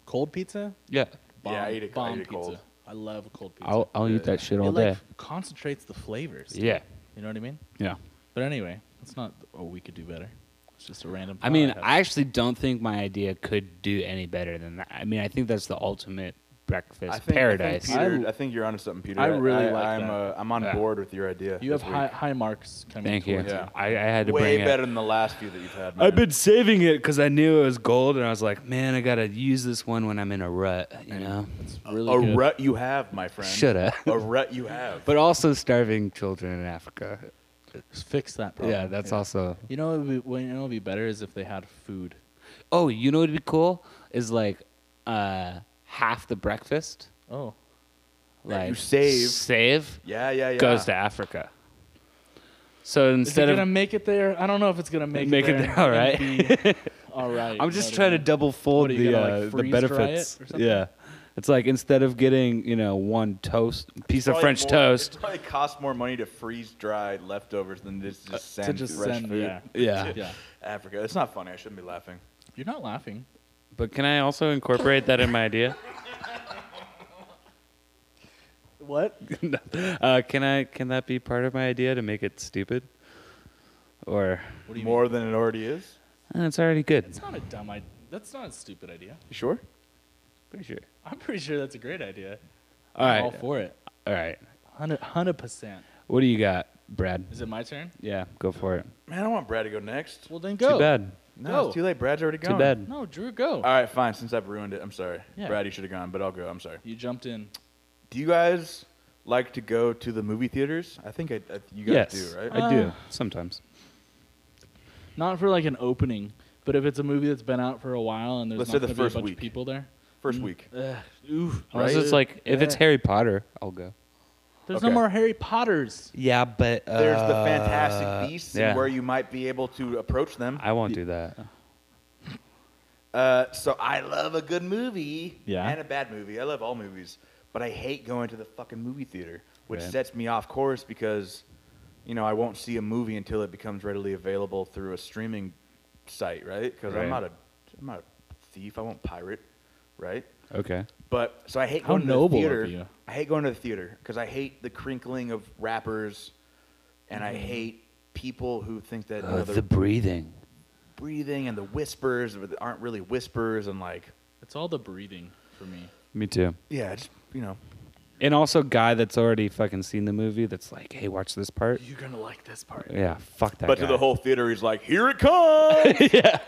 B: cold pizza.
C: Yeah.
D: Yeah, I eat it- I
B: bomb
D: eat it cold.
B: pizza. I love cold pizza.
C: I'll I'll eat that shit
B: it
C: all
B: like
C: day.
B: concentrates the flavors.
C: Yeah.
B: You know what I mean?
C: Yeah.
B: But anyway, it's not. Oh, we could do better. It's just a random.
C: I mean,
B: thought
C: I actually don't think my idea could do any better than that. I mean, I think that's the ultimate breakfast
D: I think,
C: paradise.
D: I think, Peter,
B: I-
D: I, think you're onto something, Peter.
B: I really
D: I,
B: like
D: I'm,
B: that.
D: Uh, I'm on
C: Yeah.
D: board with your idea.
B: had. you have
D: this
B: high,
D: week.
B: high marks coming.
C: Thank you.
B: towards
D: Yeah.
C: I, I had to
D: way
C: bring
D: better
C: it.
D: than the last few that you've had. man.
C: I've been saving it because I knew it was gold, and I was like, man, I gotta use this one when I'm in a rut, you know.
B: It's really
D: a
B: good.
D: rut you have, my
C: <laughs>
D: friend.
C: Shoulda.
D: A rut you have.
C: But also starving children in Africa.
B: Just fix that problem.
C: Yeah, that's also
B: You know, what would be, when it'll be better is if they had food.
C: Oh, you know what'd be cool is like uh, half the breakfast,
B: Oh,
C: like
D: you save.
C: save
D: yeah, yeah, yeah.
C: goes to Africa. So
B: is it
C: instead
B: gonna
C: of
B: make it there? I don't know if it's gonna make,
C: Make
B: it
C: it
B: there.
C: there, all right.
B: It'd be <laughs> all right.
C: I'm
B: you
C: just
B: know
C: trying
B: what I
C: to
B: mean?
C: double fold
B: What, are you
C: the
B: gonna, like,
C: uh, the
B: freeze dry it
C: benefits.
B: or something?
C: yeah, it's like instead of getting you know one toast piece of
D: Probably
C: French
D: more-
C: toast.
D: It probably costs more money to freeze dry leftovers than just,
C: <laughs>
D: just send
B: Uh, to just
D: fresh
B: send.
D: food.
B: Yeah.
C: Yeah.
B: Yeah.
D: Africa. It's not funny. I shouldn't be laughing.
B: You're not laughing.
C: but can I also incorporate that in my idea?
B: What?
C: Uh, can I? Can that be part of my idea to make it stupid? Or
B: What do you
D: more than it already is.
C: Eh, it's already good.
B: It's not a dumb idea. That's not a stupid idea.
D: You sure?
C: Pretty sure.
B: I'm pretty sure that's a great idea.
C: All
B: I'm all
C: right.
B: for it.
C: <laughs> All right.
B: 100 percent.
C: What do you got, Brad?
B: Is it my turn?
C: Yeah, go for it.
D: Man, I don't want Brad to go next.
B: Well, then go.
C: Too bad.
D: No,
B: Go.
D: it's too late. Brad's already gone.
C: Too bad.
B: No, Drew, go.
D: All right, fine. Since I've ruined it, I'm sorry.
B: Yeah.
D: Brad, you should have gone, but I'll go. I'm sorry.
B: You jumped in.
D: Do you guys like to go to the movie theaters? I think I, I, you guys
C: yes,
D: do, right?
C: I do Uh. sometimes.
B: Not for like an opening, but if it's a movie that's been out for a while and there's
D: Let's
B: not
D: say the
B: gonna be a
D: first
B: bunch
D: week.
B: of people there.
D: First week.
B: Ugh, oof.
C: Unless it's like if it's
B: Yeah.
C: Harry Potter, I'll go.
B: There's no
D: okay.
B: more Harry Potters.
C: Yeah, but uh,
D: There's the Fantastic Beasts and
C: yeah.
D: where you might be able to approach them.
C: I won't do that.
B: Oh.
D: Uh, so I love a good movie
B: Yeah.
D: and a bad movie. I love all movies, but I hate going to the fucking movie theater, which
C: Right.
D: sets me off course because, you know, I won't see a movie until it becomes readily available through a streaming site, right? Because
C: Right.
D: I'm not a, I'm not a thief. I won't pirate, right?
C: Okay.
D: But so I hate
B: How
D: going to
B: noble
D: the
B: of
D: theater.
B: you.
D: I hate going to the theater because I hate the crinkling of wrappers, and
B: Mm-hmm.
D: I hate people who think that
C: Uh,
D: you know, the
C: Oh, breathing.
D: breathing and the whispers that aren't really whispers and like
B: It's all the breathing for me.
C: Me too.
D: yeah, just you know.
C: And also, guy that's already fucking seen the movie. That's like, hey, watch this part.
B: You're gonna like this part.
C: Yeah, fuck that.
D: But
B: <laughs>
C: guy.
D: to the whole theater, he's like, "Here it comes!"
C: yeah.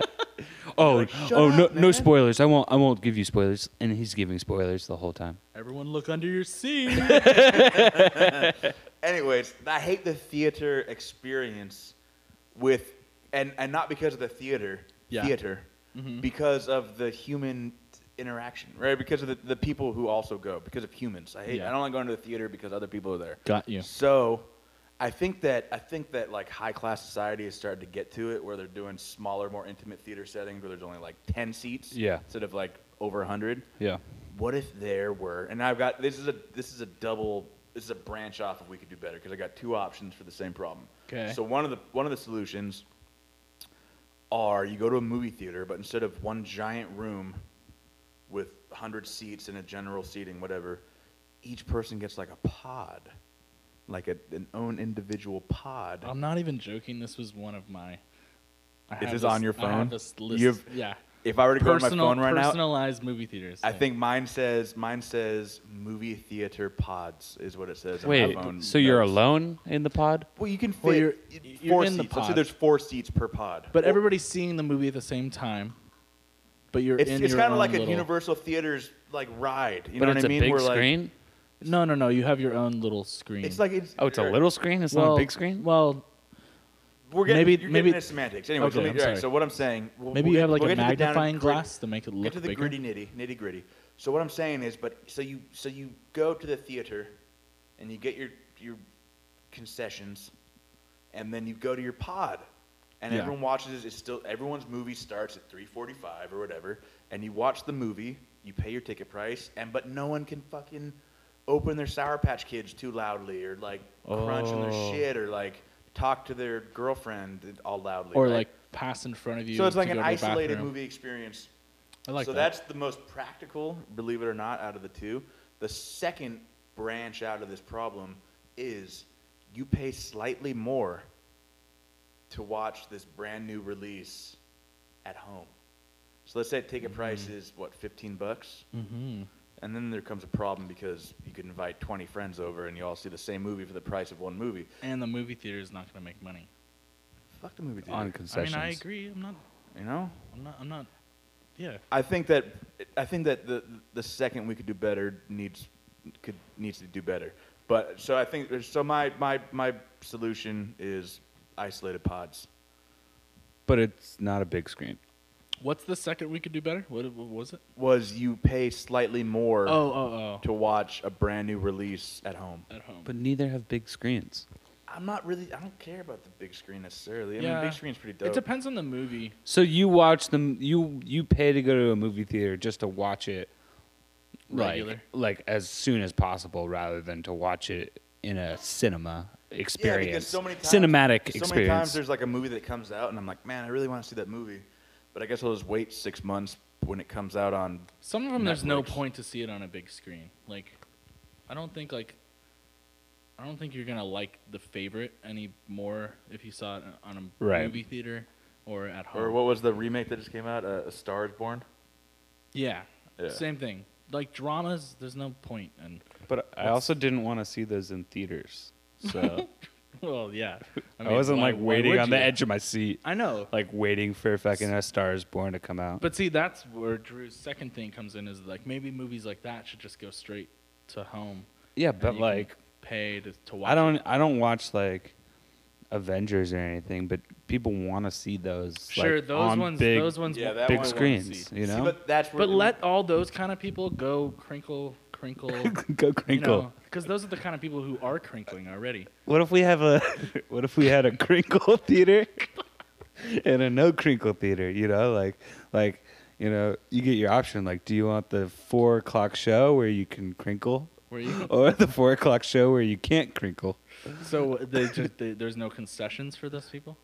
C: oh,
D: like, "Shut
C: oh, no,
D: up,
C: no
D: man."
C: spoilers. I won't. I won't give you spoilers. And he's giving spoilers the whole time.
B: Everyone look under your seat.
D: <laughs> Anyways, I hate the theater experience with, and, and not because of the theater,
B: Yeah. Mm-hmm.
D: theater, because of the human interaction, right? Because of the, the people who also go, because of humans. I hate,
B: Yeah.
D: I don't like going to the theater because other people are there.
B: Got you.
D: So, I think that I think that like high class society has started to get to it where they're doing smaller, more intimate theater settings where there's only like ten seats
C: Yeah.
D: instead of like over hundred.
C: Yeah.
D: What if there were? And I've got this is a this is a double this is a branch off of we could do better because I got two options for the same problem.
B: 'Kay.
D: So one of the one of the solutions are you go to a movie theater, but instead of one giant room with hundred seats and a general seating, whatever, each person gets like a pod, like a, an own individual pod.
B: I'm not even joking. This was one of my. I
D: Is
B: have
D: this on your
B: I have
D: phone?
B: this list.
D: You've-
B: yeah.
D: if I were to go to my
B: Personal,
D: phone right now,
B: personalized movie theaters.
D: I
B: thing.
D: think mine says mine says movie theater pods is what it says. on my
C: Wait.
D: phone
C: So you're
D: notes.
C: alone in the pod?
D: Well, you can fit
B: Well, you're-
D: y-
B: you're
D: 4
B: in the
D: seats. Let's say
B: pod.
D: there's four seats per pod.
B: But everybody's seeing the movie at the same time. But you're
D: it's,
B: in
D: it's
B: your
D: kind of
B: own
D: like a
B: little-
D: Universal Theaters like ride. You
C: but
D: know
C: it's
D: what I mean?
C: a big
D: Where, like-
C: screen.
B: No, no, no. You have your own little screen.
D: it's like it's
C: oh, it's a
D: or-
C: little screen. It's
B: well,
C: not a big screen.
B: Well,
D: We're getting,
B: maybe-
D: you're
B: maybe-
D: getting into semantics. Anyway,
B: Okay, I'm sorry.
D: so what I'm saying, we'll,
B: maybe
D: we'll
B: you
D: get-
B: have like
D: we'll
B: a
D: get to the down and
B: magnifying
D: gritty-
B: glass to make it
D: Get
B: look
D: to the
B: bigger.
D: gritty nitty nitty gritty. So what I'm saying is, but so you so you go to the theater, and you get your your concessions, and then you go to your pod, and
B: Yeah.
D: everyone watches. It's still everyone's movie starts at 3:45 or whatever, and you watch the movie. You pay your ticket price, and but no one can fucking open their Sour Patch Kids too loudly, or like crunch in their
C: Oh.
D: shit, or like talk to their girlfriend all loudly,
B: or
D: right?
B: like pass in front of you.
D: so it's like
B: to
D: an
B: go to the
D: isolated
B: bathroom.
D: movie experience
B: I like
D: so
B: that.
D: that's the most practical, believe it or not, out of the two. The second branch out of this problem is you pay slightly more to watch this brand new release at home. So let's say ticket
B: Mm-hmm.
D: price is what 15 bucks.
B: hmm
D: And then there comes a problem because you could invite 20 friends over and you all see the same movie for the price of one movie.
B: And the movie theater is not going to make money.
D: Fuck the movie theater.
C: on concessions.
B: I mean, I agree. I'm not.
D: you know?
B: I'm not. I'm not. Yeah.
D: I think that I think that the the second we could do better needs could needs to do better. But so I think so. My my my solution is isolated pods.
C: But it's not a big screen.
B: What's the second we could do better? What, what was it?
D: Was you pay slightly more
B: Oh, oh,
D: to watch a brand new release at home?
B: oh. At home.
C: But neither have big screens.
D: I'm not really. I don't care about the big screen necessarily. I
B: Yeah.
D: mean, big screen's pretty dope.
B: it depends on the movie.
C: So you watch them. You you pay to go to a movie theater just to watch it, like-
B: Regular.
C: like as soon as possible, rather than to watch it in a cinema
D: Yeah,
C: experience.
D: because so many times,
C: cinematic
D: because
C: experience.
D: So many times there's like a movie that comes out, and I'm like, man, I really want to see that movie, but I guess I'll just wait six months when it comes out on
B: Some of them, there's no
D: Netflix.
B: point to see it on a big screen. Like, I don't think like. I don't think you're gonna like the favorite any more if you saw it on a
C: Right.
B: movie theater or at home.
C: Oh.
D: Or what was the remake that just came out? Uh, a Star is Born.
B: Yeah.
D: Yeah.
B: Same thing. Like dramas, there's no point in. <laughs>
C: but I also didn't want to see those in theaters,
D: <laughs>
C: so
B: Well, yeah.
C: I,
B: mean,
C: wasn't
B: why-
C: like
B: why
C: waiting
B: would
C: on the
B: you?
C: edge of my seat,
B: I know.
C: like waiting for fucking A Star Is Born to come out.
B: But see, that's where Drew's second thing comes in is like maybe movies like that should just go straight to home.
C: yeah,
B: and
C: but
B: you can
C: like
B: pay to, to watch.
C: I don't I don't watch like Avengers or anything, but people want to see those.
B: it. Sure,
C: like,
B: those
C: on
B: ones,
C: big,
B: those ones,
D: Yeah,
B: will-
D: that
C: big
D: one I wanna
C: screens,
B: see.
C: you know.
D: but that's where
B: But let all those kind of people go crinkle, crinkle,
C: <laughs>
D: <laughs>
C: Go
B: you
C: crinkle.
B: know, because those are the kind of people who are crinkling already.
C: What if we have a <laughs> What if we had a crinkle <laughs> theater and a no crinkle theater? You know, like like you know, you get your option. Like, do you want the four o'clock show where you can crinkle, <laughs>
B: Where you,
C: or the four o'clock show where you can't crinkle?
D: <laughs>
B: so they just they, there's no concessions for those people.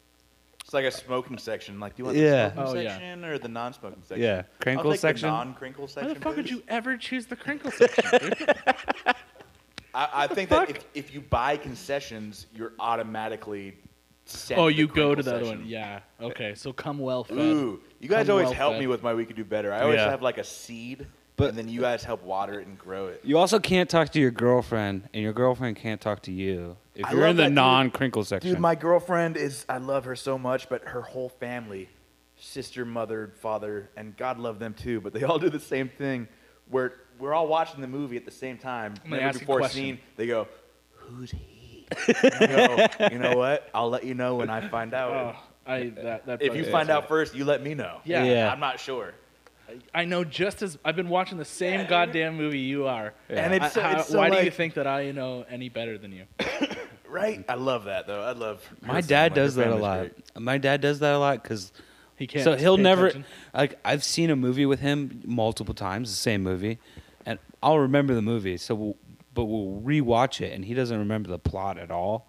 D: it's like a smoking section. Like, do you want
C: Yeah.
D: the smoking
B: Oh, yeah.
D: section or the non-smoking section?
C: Yeah, crinkle
D: I'll take
C: section.
D: The non-crinkle section.
B: Why the fuck would
D: please.
B: you ever choose the
D: <laughs>
B: crinkle section? dude?
D: I, I think that if, if you buy concessions, you're automatically. Sent
B: Oh,
D: the
B: you go
D: crinkle
B: to the other
D: section.
B: one. Yeah. Okay. So come well fed.
D: Ooh, you guys
B: Come
D: always
B: well
D: help
B: fed.
D: me with my we could do better. I always
C: Yeah.
D: have like a seed,
C: But-
D: and then you guys help water it and grow it.
C: You also can't talk to your girlfriend, and your girlfriend can't talk to you if
D: I
C: you're
D: love
C: in
D: that,
C: the
D: dude.
C: non crinkle section.
D: Dude, my girlfriend is I love her so much, but her whole family sister, mother, father, and God love them too, but they <laughs> all do the same thing where we're all watching the movie at the same time.
B: And they
D: every
B: ask a
D: before
B: question.
D: scene, they go, Who's
B: <laughs>
D: he? And I go, you know what? I'll let you know when I find out.
B: Oh, I that, that
D: if you
B: bugs
D: find
B: me.
D: out first, you let me know.
B: Yeah. Yeah.
D: I'm not sure.
B: I know just as I've been watching the same goddamn movie you are.
D: And it's so-
B: I- how-
D: it's so
B: why do you
D: like-
B: think that I know any better than you?
D: Right? I love that though. I love.
C: My
D: her so
C: dad
D: much.
C: does
D: Her
C: that a
D: family's
C: lot.
D: great.
C: My dad does that a lot because
B: He can't
C: So he'll
B: pay
C: never
B: attention.
C: like I've seen a movie with him multiple times, the same movie, and I'll remember the movie. So, we'll, but we'll rewatch it, and he doesn't remember the plot at all.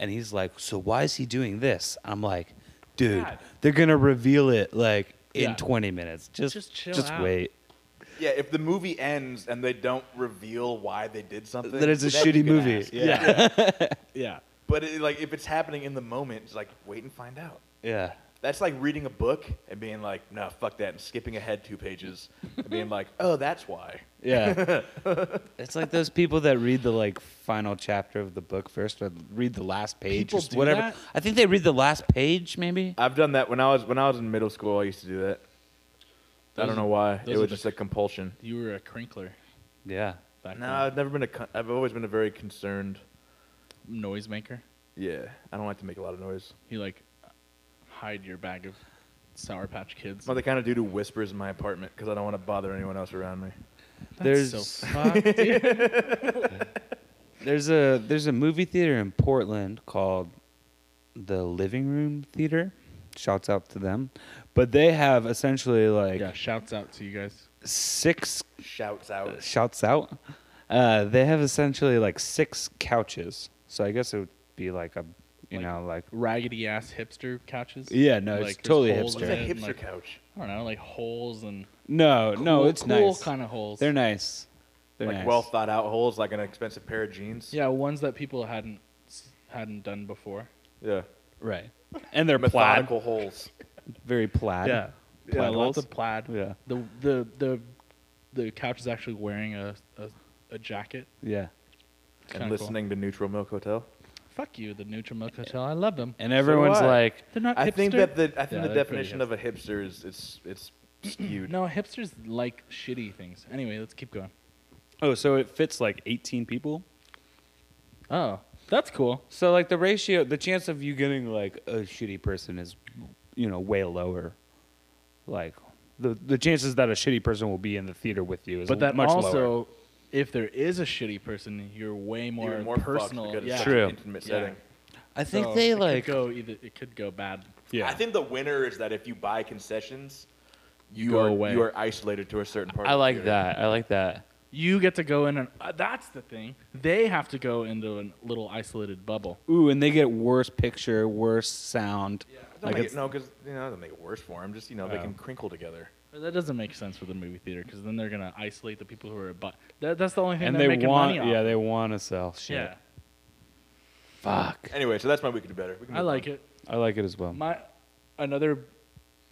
C: And he's like, "So why is he doing this?" I'm like, "Dude, they're gonna reveal it like in
B: Yeah.
C: 20 minutes. Just
B: Just
C: just,
B: chill out."
C: wait."
D: Yeah, if the movie ends and they don't reveal why they did something,
C: Then it's a
D: then you
C: shitty
D: can
C: movie.
D: ask.
C: Yeah.
B: Yeah.
D: But it, like, if it's happening in the moment, it's like wait and find out.
C: yeah.
D: That's like reading a book and being like, no, fuck that, and skipping ahead two pages and
B: <laughs>
D: being like, oh, that's why.
C: Yeah. it's like those people that read the like final chapter of the book first or read the last page
B: People
C: or
B: do
C: whatever.
B: that?
C: I think they read the last page maybe.
D: I've done that when I was when I was in middle school. I used to do that. I
B: Those
D: don't
B: are-
D: know why.
B: those
D: It
B: are
D: was
B: the-
D: just a compulsion.
B: You were a crinkler
C: Yeah.
B: back
D: No, I've never been a. con- I've always been a very concerned.
B: then. Noisemaker.
D: Yeah, I don't like to make a lot of noise.
B: You like hide your bag of Sour Patch Kids.
D: I'm the kind of dude who whispers in my apartment because I don't want to bother anyone else around me.
B: That's
C: There's-
B: so <laughs> fucked,
C: <laughs>
B: dude.
C: There's a there's a movie theater in Portland called the Living Room Theater. Shouts out to them. But they have essentially like
B: yeah. Shouts out to you guys.
C: six
D: Shouts out.
C: shouts out. Uh, they have essentially like six couches. So I guess it would be like a you
B: Like-
C: know like
B: Raggedy ass hipster couches.
C: Yeah, no, it's
B: there's
C: totally
B: holes
C: hipster.
D: What's
B: in
D: a
B: it and,
D: hipster
B: like,
D: couch?
B: I don't know, like holes and
C: no, no,
B: cool-
C: it's
B: cool
C: nice.
B: kind of holes.
C: They're nice. They're
D: like
C: nice.
D: well thought out holes, like an expensive pair of jeans.
B: yeah, ones that people hadn't s- hadn't done before.
D: yeah.
C: Right. And they're plaid,
D: Methodical holes.
C: very plaid.
B: yeah, lots
C: Plaidals.
B: of plaid.
C: Yeah.
B: The the the the couch is actually wearing a a, a jacket.
C: Yeah.
B: It's kinda
D: And listening to Neutral Milk Hotel.
B: Cool. Fuck you, the Neutral Milk Hotel. I love them.
C: And everyone's
D: do I.
C: like,
B: They're not.
D: I think
B: hipster.
D: that the I think
B: Yeah,
D: the
B: they're pretty
D: definition of a hipster is it's <clears throat> it's skewed.
B: no hipsters like shitty things. Anyway, let's keep going.
C: oh, so it fits like 18 people.
B: Oh, that's cool.
C: So like the ratio, the chance of you getting like a shitty person is, you know, way lower. Like the the chances that a shitty person will be in the theater with you is
B: But that
C: much
B: also,
C: lower.
B: if there is a shitty person, you're way more,
D: Even more fucked
B: personal.
D: because it's
B: yeah.
D: such an
C: True.
D: intimate
B: Yeah.
D: setting.
C: I think
B: So
C: they
B: it could
C: like
B: go either. It could go bad.
C: yeah.
D: I think the winner is that if you buy concessions, you
B: go
D: are
B: away.
D: you are isolated to a certain part.
C: I
D: of the
C: like
D: theater.
C: that. I like that.
B: You get to go in, and uh, that's the thing. They have to go into a little isolated bubble.
C: Ooh, and they get worse picture, worse sound.
D: Don't
C: Like
D: make
C: it's-
D: it, no, because you know, don't make it worse for them. Just you know, they
C: Oh.
D: can crinkle together.
B: But That doesn't make sense for the movie theater because then they're gonna isolate the people who are. But that, that's the only thing
C: and
B: they're
C: they
B: making
C: want
B: money off.
C: yeah, they want to sell shit.
B: yeah.
C: Fuck.
D: Anyway, so that's my we could do better. We can
B: I
D: move
B: like
D: on.
B: it.
C: I like it as well.
B: My another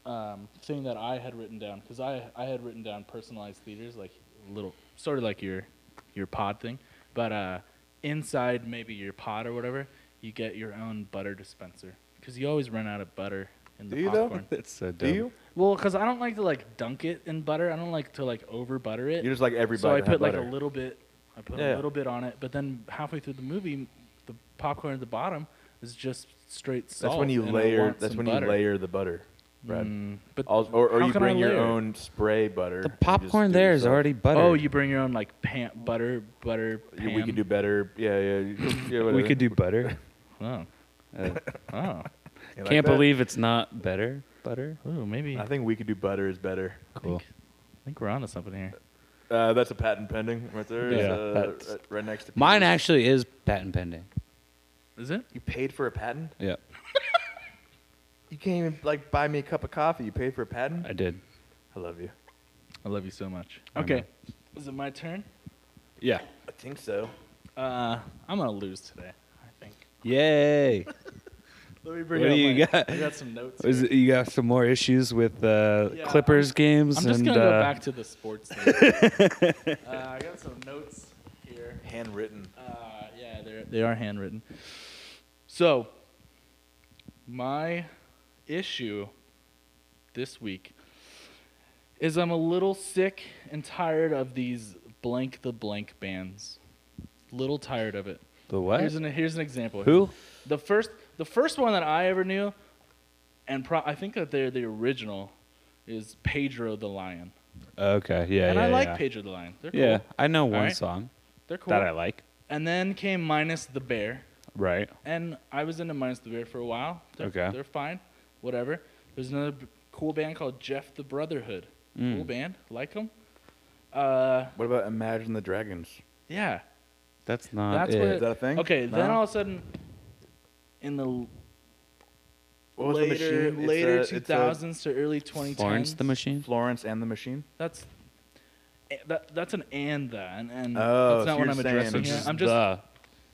B: um, thing that I had written down because I I had written down personalized theaters like little sort of like your your pod thing, but uh, inside maybe your pod or whatever, you get your own butter dispenser because you always run out of butter in the
D: Do you though?
B: popcorn.
C: That's so
D: Do
C: dumb.
D: you?
B: Well, because I don't like to like dunk it in butter. I don't like to like over butter it.
D: You just like everybody.
B: so I
D: to have
B: put like
D: butter.
B: a little bit. I put a
D: Yeah.
B: little bit on it, but then halfway through the movie, the popcorn at the bottom is just straight salt.
D: That's when you
B: and I
D: layer.
B: want
D: That's
B: some
D: when
B: butter.
D: you layer the butter, Brad.
B: Mm, but
D: Al- or or
B: how
D: you
B: can I
D: bring your
B: layer it?
D: own spray butter.
C: The
D: and just
C: popcorn
D: do it
C: there is
D: yourself.
C: already buttered.
B: oh, you bring your own like pan butter butter.
D: You-
B: Pan.
D: We could do better. Yeah, yeah. you- yeah
C: we
D: whatever.
C: could do <laughs> butter.
B: Oh,
C: Uh,
B: <laughs> oh,
D: You like
C: can't
D: that?
C: believe it's not better butter.
B: Ooh, maybe. I
D: I
B: think,
D: think we could do butter is better.
C: Cool.
B: we're onto something here.
D: Uh, that's a patent pending right there.
C: Yeah,
D: uh,
C: that's-
D: right- right next to
C: Mine
D: Peter's.
C: actually is patent pending.
B: Is it?
D: You paid for a patent?
C: Yeah,
D: You can't even like buy me a cup of coffee. You paid for a patent?
C: I did.
D: I love you.
B: I love you so much.
C: I
B: Okay, is it my turn?
C: Yeah.
D: I think so.
B: Uh, I'm gonna lose today. I think.
C: Yay.
B: Let me
C: bring What do up you my- got?
B: I got some notes.
C: Is it- you got some more issues with uh,
B: Yeah,
C: Clippers games?
B: I'm just
C: and,
B: gonna go
C: uh,
B: back to the sports. <laughs> Thing. uh, I got some notes here.
D: Handwritten.
B: Uh, yeah, they're they are handwritten. So, my issue this week is I'm a little sick and tired of these blank the blank bands. Little tired of it.
C: The what?
B: Here's an here's an example.
C: Who?
B: The first the first one that I ever knew, and pro- I think that they're the original, is Pedro the Lion.
C: Okay. Yeah.
B: and
C: yeah,
B: I like
C: yeah.
B: Pedro the Lion. They're cool.
C: Yeah, I know one
B: right.
C: song
B: They're cool.
C: that I like.
B: and then came minus the bear.
C: Right.
B: And I was into Minus the Bear for a while. They're,
C: Okay.
B: They're fine. Whatever. There's another b- cool band called Jeff the Brotherhood.
C: Mm.
B: Cool band. Like them. Uh,
D: What about Imagine the Dragons?
B: yeah.
C: That's not.
B: That's
C: it.
B: what.
D: Is that a thing?
B: Okay. Then
D: No?
B: all of a sudden, in the l-
D: What was
B: later
D: the machine?
B: later
D: it's a, it's a
B: 2000s to early 2010s.
C: Florence the Machine.
D: Florence and the Machine.
B: That's. eh, That, that's an and the and, and
D: Oh,
B: that's not
D: so
B: what
D: you're
B: I'm
D: saying
B: addressing
D: it's
B: here.
D: just
B: I'm just
C: the.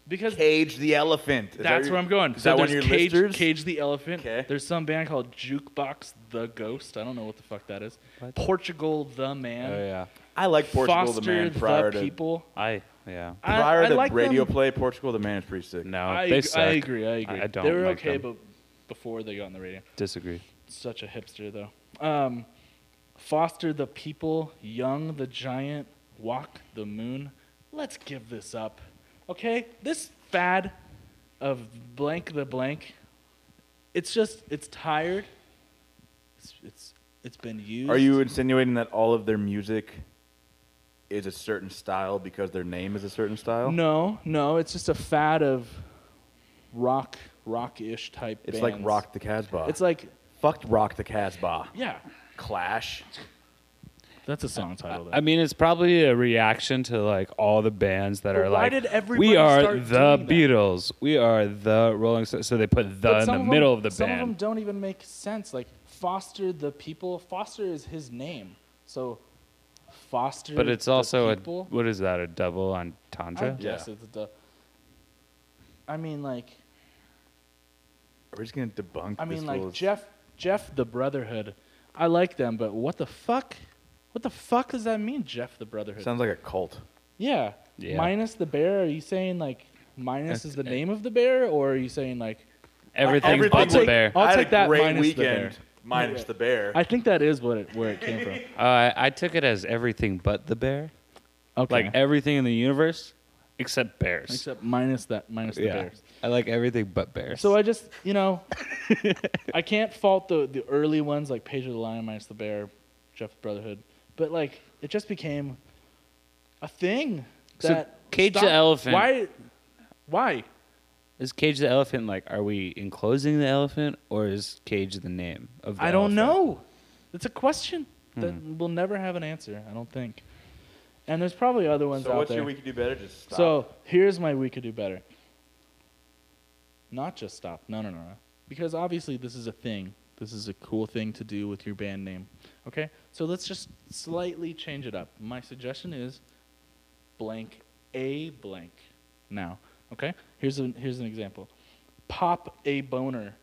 B: because
D: Cage the Elephant. Is that
B: That's
D: your-
B: where I'm going.
D: Is
B: so
D: that one of
B: there's
D: your
B: Cage,
D: listers?
B: Cage the Elephant.
D: 'Kay.
B: There's some band called Jukebox the Ghost. I don't know what the fuck that is. Portugal the
C: Oh
B: Man.
C: yeah.
D: I like Portugal
B: Foster
D: the Man prior to
B: People.
C: I yeah.
B: I-
D: prior
B: I
D: to
B: like
D: radio
B: them.
D: play. Portugal the Man is pretty sick.
C: No,
B: I,
C: they
B: ag-
C: suck.
B: I agree. I agree.
C: I don't
B: they were
C: like
B: okay,
C: them.
B: but before they got on the radio,
C: Disagree.
B: such a hipster though. Um, Foster the People, Young the Giant, Walk the Moon. Let's give this up, okay? This fad of blank the blank. It's just it's tired. It's it's it's been used.
D: Are you insinuating that all of their music is a certain style because their name is a certain style?
B: No, no. It's just a fad of rock, rock-ish type.
D: It's like
B: bands.
D: Rock the Casbah.
B: It's like
D: fucked Rock the Casbah.
B: yeah.
D: Clash.
B: That's a song title.
C: I mean, it's probably a reaction to like all the bands that
B: But
C: are
B: why
C: like,
B: did everybody
C: we are
B: start
C: the
B: doing that?
C: Beatles, we are the Rolling Stones. So they put the in the middle of the
B: some of them
C: band.
B: don't even make sense. Like Foster the People. Foster is his name, so Foster.
C: But it's
B: the
C: also a
B: people,
C: what is that? A double
B: I
C: entendre?
B: guess it's the. I mean, like
D: We're just gonna debunk.
B: I mean,
D: this
B: like
D: little-
B: Jeff Jeff the Brotherhood. I like them, but what the fuck? What the fuck does that mean, Jeff the Brotherhood?
D: Sounds like a cult.
B: Yeah.
C: Yeah.
B: Minus the bear. Are you saying like minus is the name of the bear, or are you saying like
C: Everything
D: Everything
C: but the
B: take-
C: bear.
B: I'll
D: I had
B: take
D: a
B: that
D: great
B: minus the
D: weekend.
B: bear.
D: Minus the bear.
B: I think that is what it where it came from.
C: Uh, I took it as everything but the bear,
B: Okay.
C: <laughs> like everything in the universe except bears.
B: except minus that minus the
C: yeah,
B: bears.
C: I like everything but bears.
B: So I just you know, I can't fault the the early ones like Page of the Lion minus the bear, Jeff the Brotherhood, but like it just became a thing
C: So
B: that
C: Cage the
B: stop-
C: elephant-
B: Why? Why?
C: Is Cage the elephant like? Are we enclosing the elephant, or is Cage the name of? the
B: I don't
C: elephant? Hmm.
B: know. It's a question that we'll never have an answer. I don't think. And there's probably other ones
D: so
B: out
D: what's
B: there.
D: your we could do better? Just stop.
B: So here's my we could do better. Not just stop. No, no, no, no. Because obviously this is a thing. This is a cool thing to do with your band name. Okay? So let's just slightly change it up. My suggestion is blank a blank now. Okay? Here's an here's an example. Pop a boner.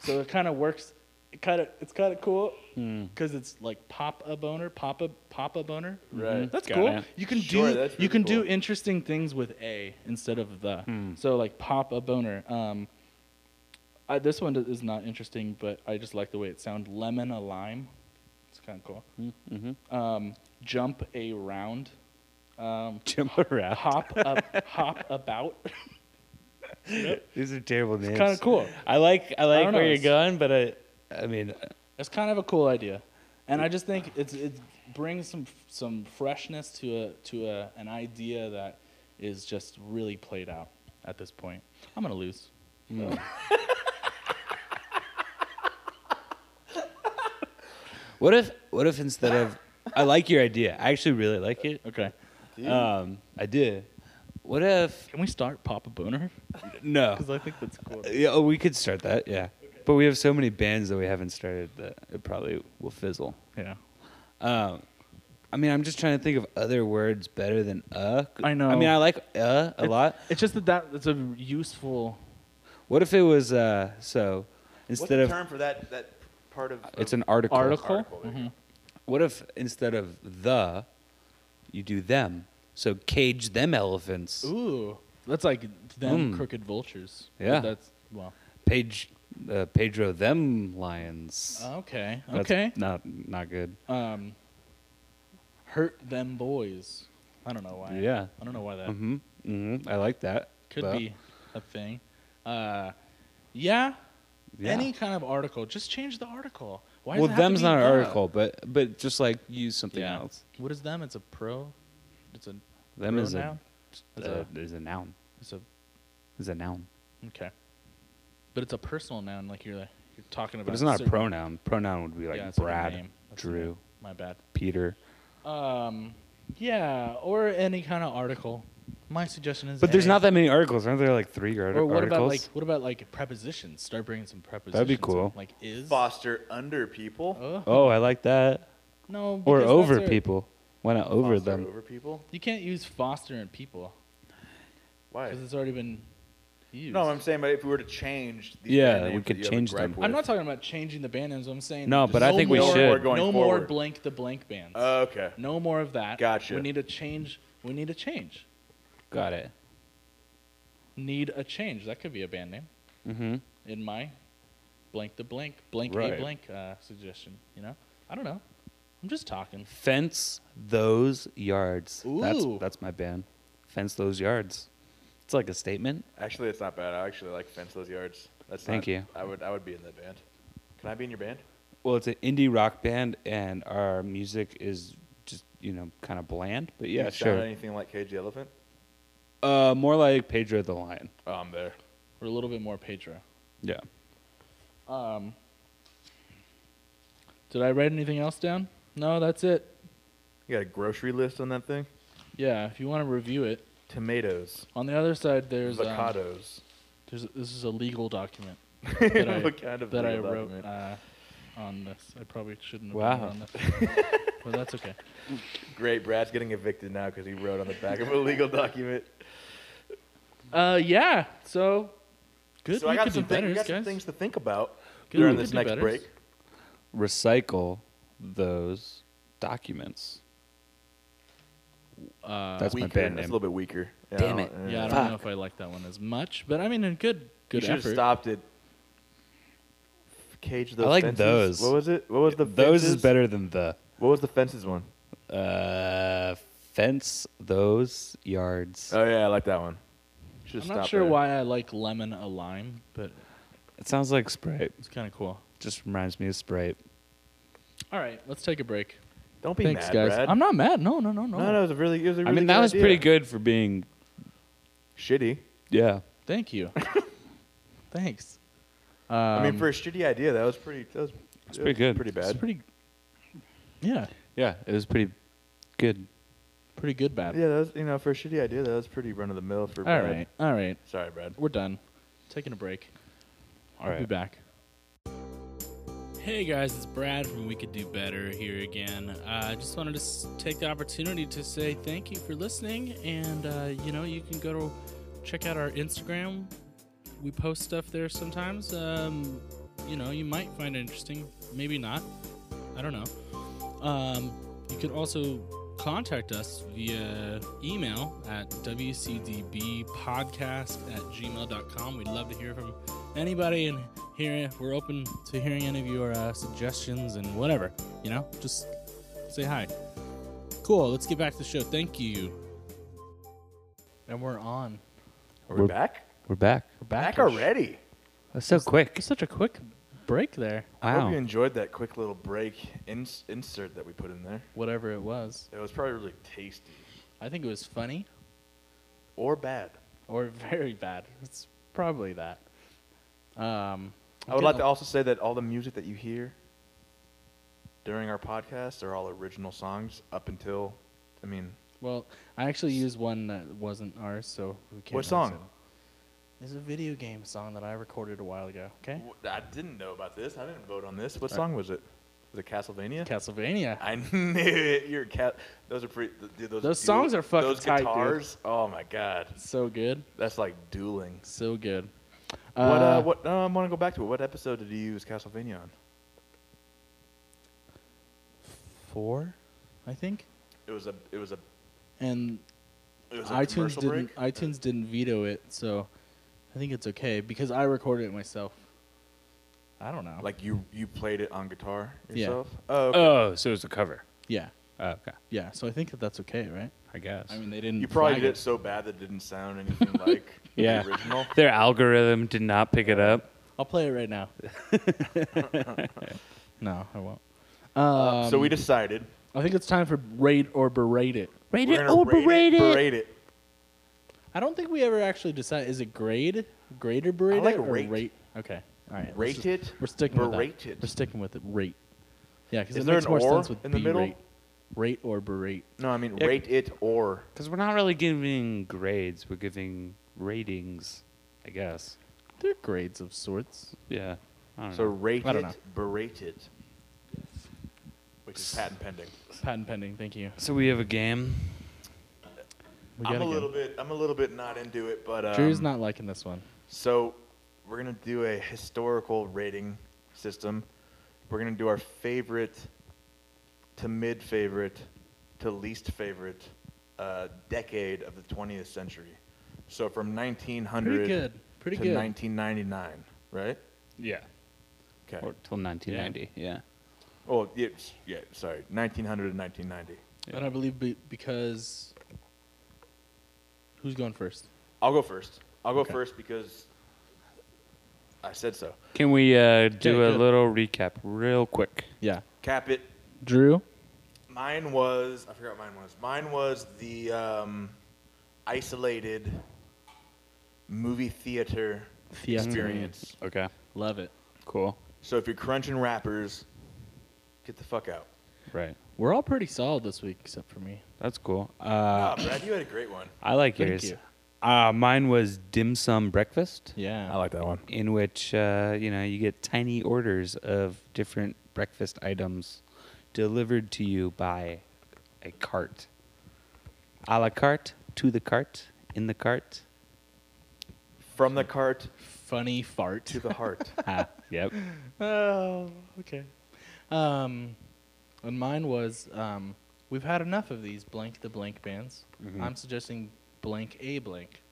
B: So it kind of works it kind of it's kind of cool because it's like pop a boner, pop a pop a boner.
D: Right.
B: That's
C: Got
B: cool.
C: it.
B: You can
D: Sure,
B: do
D: that's
B: you
D: really
B: can do
D: cool.
B: interesting things with a instead of the.
C: Hmm.
B: So like pop a boner. Um, I, this one is not interesting, but I just like the way it sounds. Lemon a lime. It's kind of cool.
C: Hmm, mm-hmm.
B: Um, jump a round. Um,
C: <laughs> Jump around.
B: hop
C: <laughs>
B: up, hop about.
C: These are
B: <laughs>
C: terrible names.
B: kind of cool.
C: I like I like
B: don't know,
C: where you're
B: it's-
C: going, but I I mean
B: That's kind of a cool idea, and I just think it's it brings some some freshness to a to a, an idea that is just really played out at this point. I'm gonna lose.
C: what if what if instead of I like your idea. I actually really like it.
B: Okay.
C: Um, I do. What if
B: Can we start Papa Boner?
C: <laughs> no?
B: Because I think that's cool.
C: <laughs> Yeah, oh, we could start that. Yeah, but we have so many bands that we haven't started that it probably will fizzle.
B: Yeah.
C: Um, I mean, I'm just trying to think of other words better than uh.
B: I
C: I mean,
B: know.
C: I like uh a lot.
B: It's just that that it's a useful.
C: What if it was uh? So
D: what's
C: instead
D: the
C: of
D: term for that? That part of
C: it's an
D: of
C: Mm-hmm. article.
B: Article?
D: article. there you go.
C: What if instead of the, you do them? So cage them elephants.
B: Ooh, that's like them
C: Mm.
B: crooked vultures.
C: Yeah.
B: That's well.
C: Page uh, Pedro them lions.
B: Uh. Okay.
C: That's
B: Okay.
C: Not not good.
B: Um, hurt them boys. I don't know why.
C: Yeah.
B: I don't know why that
C: hmm hmm I like that.
B: could
C: but-
B: be a thing. Uh, yeah,
C: Yeah.
B: Any kind of article, just change the article. Why does
C: well,
B: it have to
C: them's
B: be
C: not an
B: the?
C: article, but but just like use something
B: Yeah.
C: else.
B: What is them? It's a pro. It's a
C: Them is a,
B: Pronoun? It's
C: is a
B: Uh.
C: is a noun.
B: it's a
C: Is a noun.
B: okay, but it's a personal noun. Like you're like, you're talking about.
C: But it's not a
B: certain-
C: pronoun. Pronoun would be like
B: Yeah, it's not a
C: Brad,
B: name. That's a
C: Drew,
B: name. My bad.
C: Peter.
B: Um, yeah, or any kind of article. My suggestion is.
C: But there's
B: A.
C: not that many articles. Aren't there like three arti-
B: Or what
C: articles?
B: about like what about like prepositions? Start bringing some prepositions. in,
C: cool.
B: Like is.
D: Foster under people.
B: Oh,
C: oh, I like that.
B: no.
C: Or
B: because
C: over
B: that's a-
C: people. Why not over
D: Foster
C: them?
D: Over people.
B: You can't use foster and people
D: Why?
B: because it's already been used.
D: No, I'm saying, but if we were to change, the
C: Yeah,
D: band names
C: we could
D: that you have a
C: change
D: gripe
C: them.
B: I'm
D: with-
B: not talking about changing the band names. I'm saying
C: No,
B: just
C: but I think we
B: more-
C: should. No more
D: going
B: no more
D: forward.
B: blank the blank bands.
D: Oh, Okay.
B: no more of that.
D: Gotcha.
B: We need a change. We need a change.
C: Got it.
B: Need a change. That could be a band name
C: Mm-hmm.
B: in my blank the blank blank a
C: Right.
B: blank uh, suggestion. You know, I don't know. I'm just talking.
C: Fence those yards. That's
B: Ooh.
C: that's my band. Fence those yards. It's like a statement.
D: Actually, it's not bad. I actually like fence those yards. That's
C: Thank
D: not-
C: you.
D: I would I would be in that band. Can I be in your band?
C: Well, it's an indie rock band, and our music is just you know kind of bland. But yeah,
D: you
C: sure.
D: Sound anything like Cage the Elephant?
C: Uh, more like Pedro the Lion.
D: Oh, I'm there.
B: We're a little bit more Pedro.
C: Yeah.
B: Um, did I write anything else down? No, that's it.
D: You got a grocery list on that thing?
B: Yeah, if you want to review it.
D: Tomatoes,
B: On the other side, there's um,
D: avocados.
B: there's this is a legal document <laughs> that I,
D: <laughs> What kind of
B: that I
D: legal
B: wrote
D: document?
B: uh, on this. I probably shouldn't have
C: Wow.
B: wow. on this, but that's okay.
D: Great, Brad's getting evicted now because he wrote on the back of
B: <laughs>
D: a legal document.
B: Uh, yeah. So good.
D: so
B: we
D: I got,
B: could do
D: some, thing-
B: betters,
D: we got some
B: guys.
D: things to think about
B: Good,
D: during
B: we
D: this
B: could do
D: next
B: betters.
D: break.
C: Recycle those documents.
B: Uh,
C: That's my band
D: weaker. That's a
C: name.
D: little bit weaker. Yeah,
C: Damn
D: I
C: it.
D: don't-
B: yeah, I don't know if I like that one as much, but I mean, a good
D: You
B: good
D: should have
B: effort.
D: stopped it. Cage those.
C: I like
D: fences.
C: those.
D: What was it? What was the
C: those
D: fences?
C: is better than the
D: What was the fences one?
C: uh, fence those yards.
D: Oh yeah, I like that one. Should
B: I'm not sure why I like lemon a lime, but
C: it sounds like Sprite.
B: it's kind of cool.
C: Just reminds me of Sprite.
B: All right, let's take a break.
D: Don't be
B: Thanks,
D: mad,
B: guys.
D: Brad.
B: I'm not mad. No, no, no, no.
D: No, no, it was a really, it was a really
C: I mean,
D: good
C: that was
D: idea.
C: pretty good for being.
D: Shitty.
C: Yeah.
B: Thank
D: <laughs>
B: you. Thanks.
D: I mean,
B: Um,
D: for a shitty idea, that was pretty. That was,
C: It's pretty good.
D: Pretty
B: it's
D: bad.
B: pretty. Yeah,
C: Yeah, it was pretty good.
B: pretty good. Bad.
D: yeah, that was you know for a shitty idea, that was pretty run of the mill for.
B: All
D: Brad.
B: right. All right.
D: Sorry, Brad.
B: We're done. Taking a break.
C: All
B: Be
C: right.
B: back. Hey guys, it's Brad from We Could Do Better here again. Uh, I just wanted to s- take the opportunity to say thank you for listening, and uh, you know you can go to check out our Instagram. We post stuff there sometimes. Um, you know you might find it interesting, maybe not. I don't know. Um, you could also contact us via email at wcdbpodcast at gmail.com. We'd love to hear from anybody and hear, we're open to hearing any of your uh, suggestions and whatever. You know, just say hi. Cool, let's get back to the show. Thank you. And we're on.
D: We're,
C: We're-
D: back.
C: We're back.
B: We're
D: Back already.
C: That's so quick.
B: Such a quick break there.
D: I hope you
C: Wow.
D: enjoyed that quick little break ins- insert that we put in there.
B: Whatever it was.
D: It was probably really tasty
B: I think it was funny
D: or bad.
B: or <laughs> very bad. It's probably that. Um,
D: I would like to also say that all the music that you hear during our podcast are all original songs up until, I mean,
B: Well, I actually used one that wasn't ours, so we can't.
D: What
B: really
D: song?
B: say. It's a video game song that I recorded a while ago. Okay.
D: w- I didn't know about this. I didn't vote on this. What song was it? Was it Castlevania?
B: Castlevania.
D: I <laughs> knew it. You're cat. Those are pretty. th- Dude, those
B: Those
D: duel-
B: songs are fucking
D: Those
B: tight, dude.
D: guitars. Oh my god,
B: So good,
D: that's like dueling.
B: so good.
D: what? Uh, what? Uh, I want to go back to it. What episode did you use Castlevania on?
B: Four, I think.
D: It was a. It was a.
B: And
D: It was a
B: iTunes
D: commercial
B: didn't. uh,
D: break.
B: iTunes didn't veto it, so I think it's okay because I recorded it myself. I don't know.
D: Like you you played it on guitar
B: Yeah.
D: yourself? Oh, okay.
C: Oh, so it's a cover.
B: yeah,
C: Oh, okay,
B: yeah. So I think that that's okay, right?
C: I guess.
B: I mean, they didn't.
D: you probably
B: flag
D: did it
B: it.
D: so bad that it didn't
B: <laughs>
D: sound anything like
C: Yeah.
D: the original.
C: Their algorithm did not pick it up.
B: I'll play it right
D: <laughs>
B: now. <laughs> no, I won't.
D: so
B: um,
D: we decided
B: I think it's time for rate or berate it.
C: Rate
D: we're gonna rate it, berate it.
B: I don't think we ever actually decide. Is it grade, grade or berate
D: like
B: it, or
D: rate.
B: Okay, all right. let's
D: Rate
B: just-
D: it,
B: We're sticking with
D: berate
B: that.
D: it.
B: We're sticking with it. Rate. Yeah, because
D: Is
B: it
D: there
B: makes
D: an
B: more
D: or
B: sense with
D: in the
B: berate.
D: middle?
B: Rate or berate.
D: No, I mean rate it or
C: Because we're not really giving grades, we're giving ratings, I guess.
B: They're grades of sorts.
C: Yeah. I don't
D: so
C: know.
D: rate
B: I don't
D: it,
B: know.
D: berate it, which is patent pending.
B: Patent pending. Thank you.
C: So we have a game.
B: We
D: I'm
B: gotta
D: a
B: go.
D: little bit I'm a little bit not into it, but um,
B: Drew's not liking this one.
D: So we're gonna do a historical rating system. We're gonna do our favorite to mid favorite to least favorite uh, decade of the 20th century. So from 1900
B: Pretty good. Pretty
D: to
B: good.
D: 1999, right?
C: Yeah.
D: Okay.
C: Or till 1990. Yeah.
D: Oh, yeah, s- yeah. Sorry, 1900 to 1990.
B: And I believe be- because who's going first?
D: I'll go first. I'll go
B: Okay.
D: first because I said so.
C: Can we uh, do
B: Yeah,
C: a
B: good.
C: little recap real quick?
B: Yeah,
D: Cap it.
B: Drew.
D: Mine was I forgot what mine was. Mine was the um, isolated movie theater Mm-hmm.
B: Theater.
D: experience.
C: Okay.
B: Love it.
C: Cool.
D: So if you're crunching rappers, get the fuck out.
C: Right.
B: We're all pretty solid this week, except for me.
C: That's cool. Uh,
D: Ah, Brad, you had a great one.
C: I like
B: Thank
C: yours.
B: you.
C: Uh, mine was dim sum breakfast,
B: Yeah.
D: like that one.
C: in which uh, you know you get tiny orders of different breakfast items delivered to you by a cart. A la carte, to the cart, in the cart.
D: From the cart
B: Funny fart.
D: to the <laughs> heart.
C: Ah, yep.
B: Oh, okay. Um, and mine was um, we've had enough of these blank the blank bands.
D: Mm-hmm.
B: I'm suggesting blank a blank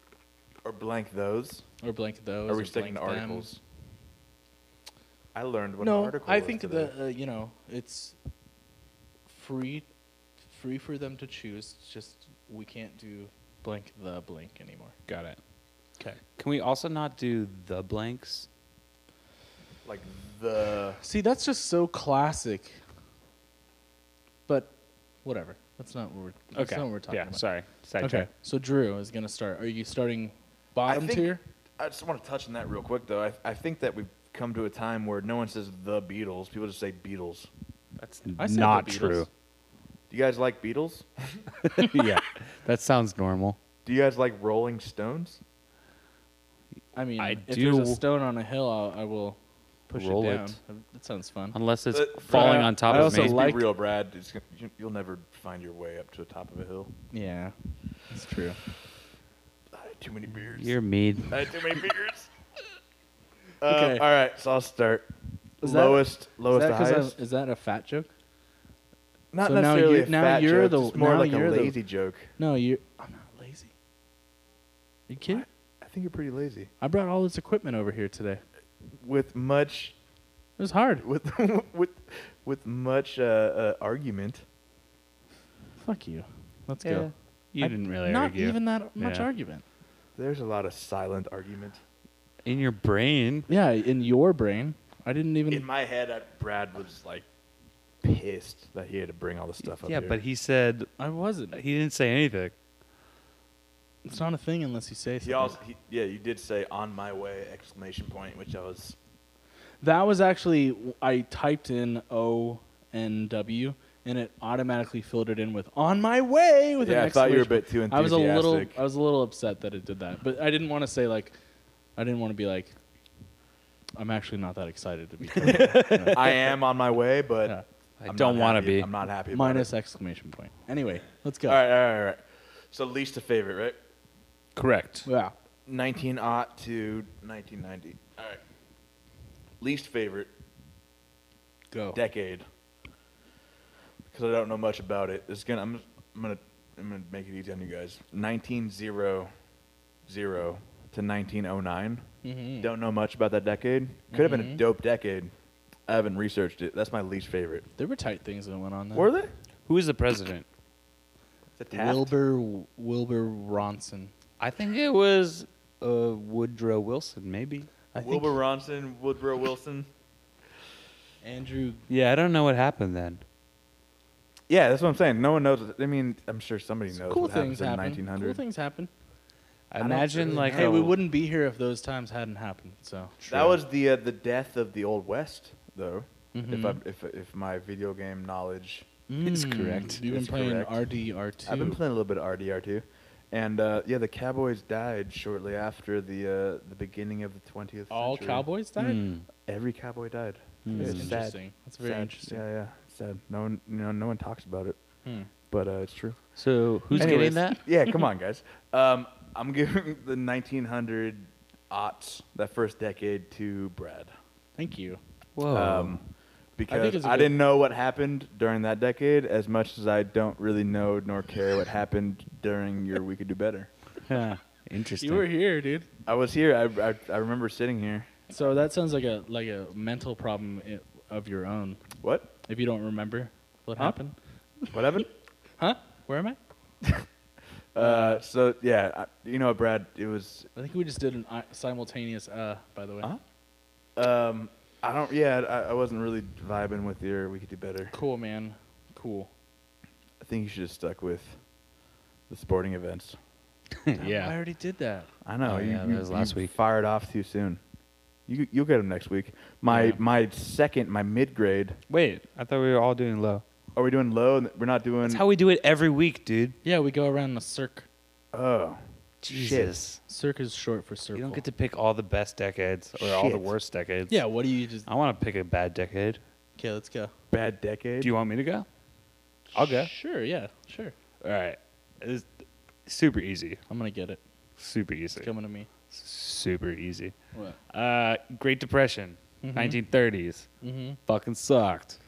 D: or blank those.
B: or blank those.
D: Are we
B: or
D: sticking to
B: blank them.
D: articles? I learned what an
B: No,
D: article
B: I
D: was
B: think
D: today.
B: the uh, you know it's free, free for them to choose. It's just we can't do blank the blank anymore.
C: Got it.
B: Okay.
C: Can we also not do the blanks?
D: like the
B: See, that's just so classic. But whatever. That's not what we're. That's not what we're talking
C: yeah.
B: about.
C: Sorry. Sidetrack.
B: Okay, so Drew is gonna start. Are you starting bottom
D: I think,
B: tier?
D: I just want to touch on that real quick, though. I, I think that we've come to a time where no one says the Beatles. People just say Beatles.
C: That's
B: I said the
C: not
B: Beatles.
C: true.
D: Do you guys like Beatles?
C: yeah. That sounds normal.
D: Do you guys like Rolling Stones?
B: I mean,
C: I
B: if
C: do-
B: there's a stone on a hill, I'll, I will push
C: Roll
B: it down.
C: it.
B: That sounds fun.
C: Unless it's
D: But-
C: falling
D: Brad,
C: on top
B: I
C: of
B: also
C: me.
D: Let's
B: like-
D: be real, Brad. It's gonna, you, you'll never find your way up to the top of a hill.
B: Yeah, that's true.
D: I had too many beers.
C: You're mead.
D: I had too
B: <laughs>
D: many beers. Uh,
B: Okay.
D: All right, so I'll start.
B: Is that-
D: lowest,
B: Is that,
D: lowest to
B: 'cause I'm-
D: highest.
B: is that a fat joke?
D: Not
B: so now
D: necessarily
B: you-
D: a
B: now
D: fat
B: you're
D: joke.
B: the-
D: it's more
B: now
D: like a
B: you're the-
D: lazy joke.
B: No, you. I'm not lazy. You kidding?
D: I think you're pretty lazy.
B: I brought all this equipment over here today. It
D: With much
B: was hard.
D: with <laughs> with with much uh, uh, argument.
B: Fuck you. Let's
C: Yeah.
B: go.
C: You
B: I-
C: didn't really
B: Not
C: argue.
B: even that much
C: Yeah.
B: argument.
D: There's a lot of silent argument.
C: in your brain.
B: Yeah, in your brain, I didn't even.
D: In my head, I, Brad was like pissed that he had to bring all this stuff up.
C: Yeah,
D: here.
C: but he said
B: I wasn't.
C: he didn't say anything.
B: It's not a thing unless you say
D: he
B: something.
D: also he, yeah, you did say "on my way!" exclamation point, which I was
B: That was actually I typed in O N W and it automatically filled it in with "on my way" with
D: Yeah,
B: an
D: I thought you were a
B: exclamation-
D: bit too
B: I was a little
D: enthusiastic.
B: I was a little upset that it did that, but I didn't want to say like I didn't want to be like I'm actually not that excited
D: <laughs>
B: to be coming."
C: <laughs>
D: I am on my way, but
B: Yeah.
C: I
D: I'm
C: don't
D: not
C: wanna
D: happy-
C: be.
D: I'm not happy. About
B: minus
D: it.
B: exclamation point. Anyway, let's go.
D: All right, all right, all right. So least to favorite, right?
C: Correct.
B: Yeah.
D: 19 aught to 1990. All right. Least favorite
B: Go.
D: decade because I don't know much about it. It's gonna I'm, I'm gonna I'm gonna make it easy on you guys. Nineteen zero zero to 1909.
B: Mm-hmm.
D: Don't know much about that decade. Could have been a dope decade. I haven't researched it. That's my least favorite.
B: There were tight things that went on there.
D: Were they?
C: Who is the president?
D: It's a Taft.
B: Wilbur Wilbur Ronson.
C: I think it was uh, Woodrow Wilson, maybe.
B: I think
D: Wilbur Ronson,
B: <laughs>
D: Woodrow Wilson.
B: Andrew.
C: Yeah, I don't know what happened then.
D: Yeah, that's what I'm saying. No one knows. I mean, I'm sure somebody knows
B: Cool
D: what
B: things
D: happens in
B: happen.
D: 1900.
B: Cool things happen.
D: don't
C: Imagine
D: really
C: like
B: Hey,
C: a-
B: we wouldn't be here if those times hadn't happened. So
D: That was the uh, the death of the old west, though.
B: Mm-hmm.
D: If, I, if if my video game knowledge,
C: It's
B: Mm,
C: correct.
B: You've been
D: It's
B: playing
D: correct.
B: RDR2.
D: I've been playing a little bit of RDR too, and uh, yeah, the Cowboys died shortly after the uh, the beginning of the 20th.
B: All
D: century.
B: Cowboys died.
C: Mm.
D: Every cowboy died.
C: Hmm.
B: That's
D: It's sad.
B: interesting. That's very
D: Sad.
B: interesting.
D: Yeah, yeah. Sad. No one, you know, no one talks about it,
B: Hmm.
D: but uh, it's true.
C: So who's getting
D: Anyways,
C: that?
D: Yeah, come on, guys. Um, I'm giving <laughs> the 1900 aughts, that first decade, to Brad.
B: Thank you.
C: Whoa.
D: Um, because
B: it's a
D: I,
B: good-
D: didn't know what happened during that decade as much as I don't really know nor care what happened during your We Could Do Better.
C: Huh. Interesting.
B: You were here, dude.
D: I was here. I, I, I remember sitting here.
B: So that sounds like a like a mental problem i- of your own.
D: What?
B: If you don't remember what
D: Huh?
B: happened,
D: What happened?
B: huh? Where am I?
D: uh, so, yeah, I, you know, what, Brad, it was
B: I think we just did an i- simultaneous. Uh, by the way.
D: Huh? Um, I don't. Yeah, I, I wasn't really vibing with your. We could do better.
B: Cool, man.
D: <laughs>
B: Cool.
D: I think you should have stuck with the sporting events.
B: I
C: yeah.
B: already did that.
D: I know.
C: Oh,
D: you,
C: yeah, that
D: you-
C: was last
D: you
C: week.
D: Fired off too soon. You you'll get them next week. My
B: Yeah.
D: my second my mid grade.
C: Wait, I thought we were all doing low.
D: Are we doing low? We're not doing.
C: That's how we do it every week, dude.
B: Yeah, we go around the circ.
D: oh,
C: Jesus.
B: Circ is short for circle.
C: You don't get to pick all the best decades or all the
D: Shit.
C: worst decades.
B: Yeah. What do you just?
C: I want to pick a bad decade.
B: Okay, let's go.
D: bad decade.
C: Do you want me to go? I'll go.
B: Sure. Yeah. Sure.
C: All right. It's super easy.
B: I'm gonna get it.
C: Super easy.
B: It's coming to me.
C: Super easy.
B: What?
C: Uh, Great Depression, 1930s. Fucking sucked.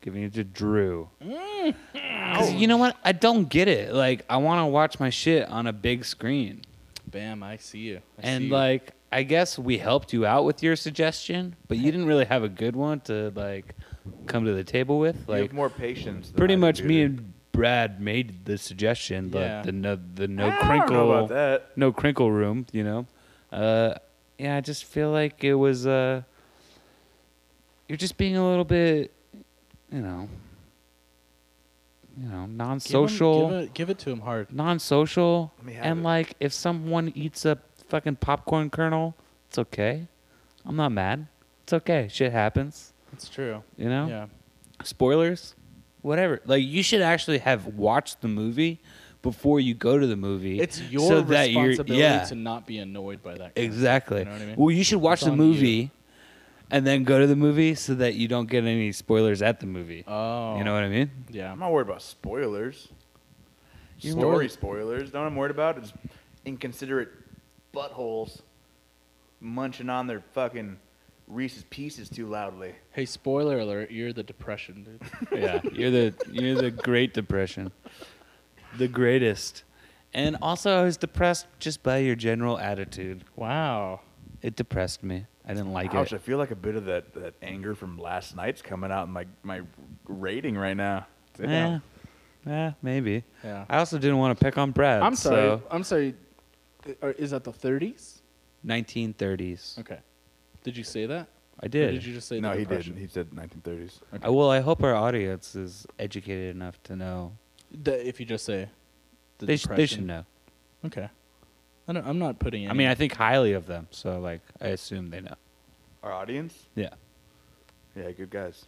C: Giving it to Drew. Mm-hmm. 'Cause you know what? I don't get it. Like, I want to watch my shit on a big screen.
B: Bam! I see you. I see
C: and
B: you.
C: like I guess we helped you out with your suggestion, but
B: <laughs>
C: you didn't really have a good one to like come to the table with.
D: You have
C: Like
D: more patience. than I
C: pretty
D: do,
C: much me
D: dude.
C: and Brad made the suggestion, but
B: Yeah.
C: the no the no
D: I
C: crinkle
D: don't know about that.
C: no crinkle room, you know. Uh yeah, I just feel like it was uh you're just being a little bit you know you know, non
B: Give 'em-
C: social
B: Give, it, give it to him hard.
C: non-social
D: Let me have
C: and
D: it.
C: like if someone eats a fucking popcorn kernel it's okay i'm not mad it's okay shit happens
B: It's true.
C: you know
B: Yeah.
C: spoilers whatever like you should actually have watched the movie before you go to the movie
B: It's your
C: so that you're-
B: responsibility
C: yeah,
B: to not be annoyed by that. kind of-
C: exactly
B: You know what I mean?
C: well you should watch
B: It's
C: the
B: on you.
C: movie and then go to the movie so that you don't get any spoilers at the movie
B: Oh.
C: you know what i
B: <laughs>
C: mean
B: Yeah.
D: I'm not worried about spoilers.
B: You're
D: Story
B: worried-
D: spoilers. Know what I'm worried about is inconsiderate buttholes munching on their fucking Reese's Pieces too loudly.
B: Hey, spoiler alert! You're the depression, dude.
C: yeah, you're the you're the Great Depression, the greatest. And also, I was depressed just by your general attitude.
B: wow.
C: It depressed me. I didn't like
D: Ouch! I
C: it.
D: feel like a bit of that, that anger from last night's coming out in my my rating right now.
C: Yeah, yeah, Eh, maybe.
B: Yeah.
C: I also didn't want to pick on Brad.
B: I'm sorry.
C: so-
B: I'm sorry. Or Is that the 30s?
C: 1930s.
B: Okay. Did you say that?
C: I
B: Or
C: did.
B: did you just say
D: No,
B: the
D: he
B: depression?
D: didn't. He said 1930s.
C: I- well, I hope our audience is educated enough to know.
B: The- if you just say the
C: They, sh-
B: depression.
C: they should know.
B: Okay. I don't, I'm not putting. Any,
C: I mean, I think highly of them, so like I assume they know.
D: Our audience?
C: Yeah,
D: Yeah, good guys.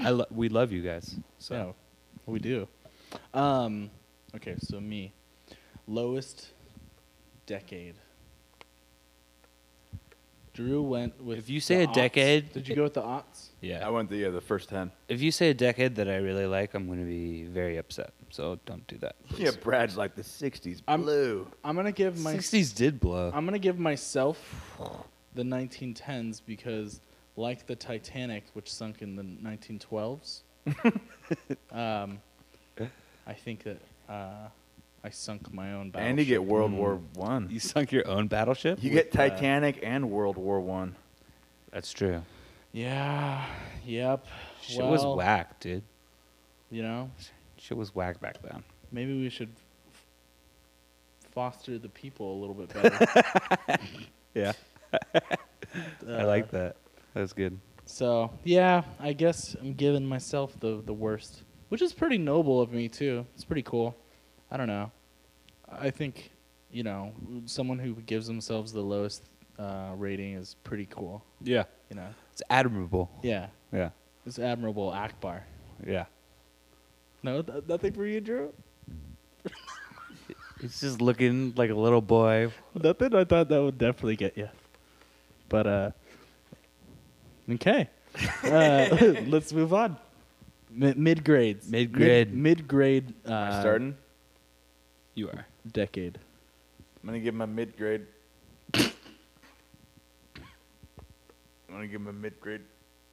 C: I lo- we love you guys. So
B: so we do. Um. Okay. So me, lowest decade. Drew went with.
C: If you say
B: the
C: a
B: aughts.
C: decade-
B: did you go with the aughts?
C: yeah,
D: I went the yeah, the first ten.
C: If you say a decade that I really like, I'm going to be very upset. So don't do that.
D: Yeah, Brad's like the 60s
B: I'm-
D: blue.
B: I'm gonna give my.
C: 60s did blow.
B: I'm gonna give myself the 1910s because, like the Titanic, which sunk in the
D: <laughs>
B: 1912s, um, I think that uh, I sunk my own battleship.
D: And you get World War One.
C: You sunk your own battleship.
D: You get Titanic and World War One.
C: That's true.
B: Yeah. Yep.
C: Shit was
B: well,
C: whack, dude.
B: You know,
C: Shit was whack back then.
B: maybe we should f- foster the people a little bit
D: <laughs>
B: better.
C: Yeah, I
B: Uh,
C: like that. That's good.
B: So yeah, I guess I'm giving myself the the worst, which is pretty noble of me too. It's pretty cool. I don't know. I think you know someone who gives themselves the lowest uh, rating is pretty cool.
C: Yeah,
B: You know.
C: it's admirable.
B: Yeah,
C: Yeah,
B: it's admirable Akbar.
C: yeah.
B: No, th- nothing for you, Drew.
C: He's just looking like a little boy.
B: Nothing. I thought that would definitely get you. But uh, okay. uh, <laughs> let's move on. Mi- mid grades.
C: Mid-grade.
B: Mid grade. Uh,
D: Starting.
C: You are.
B: decade.
D: I'm gonna give him a mid grade. I'm gonna give him a mid grade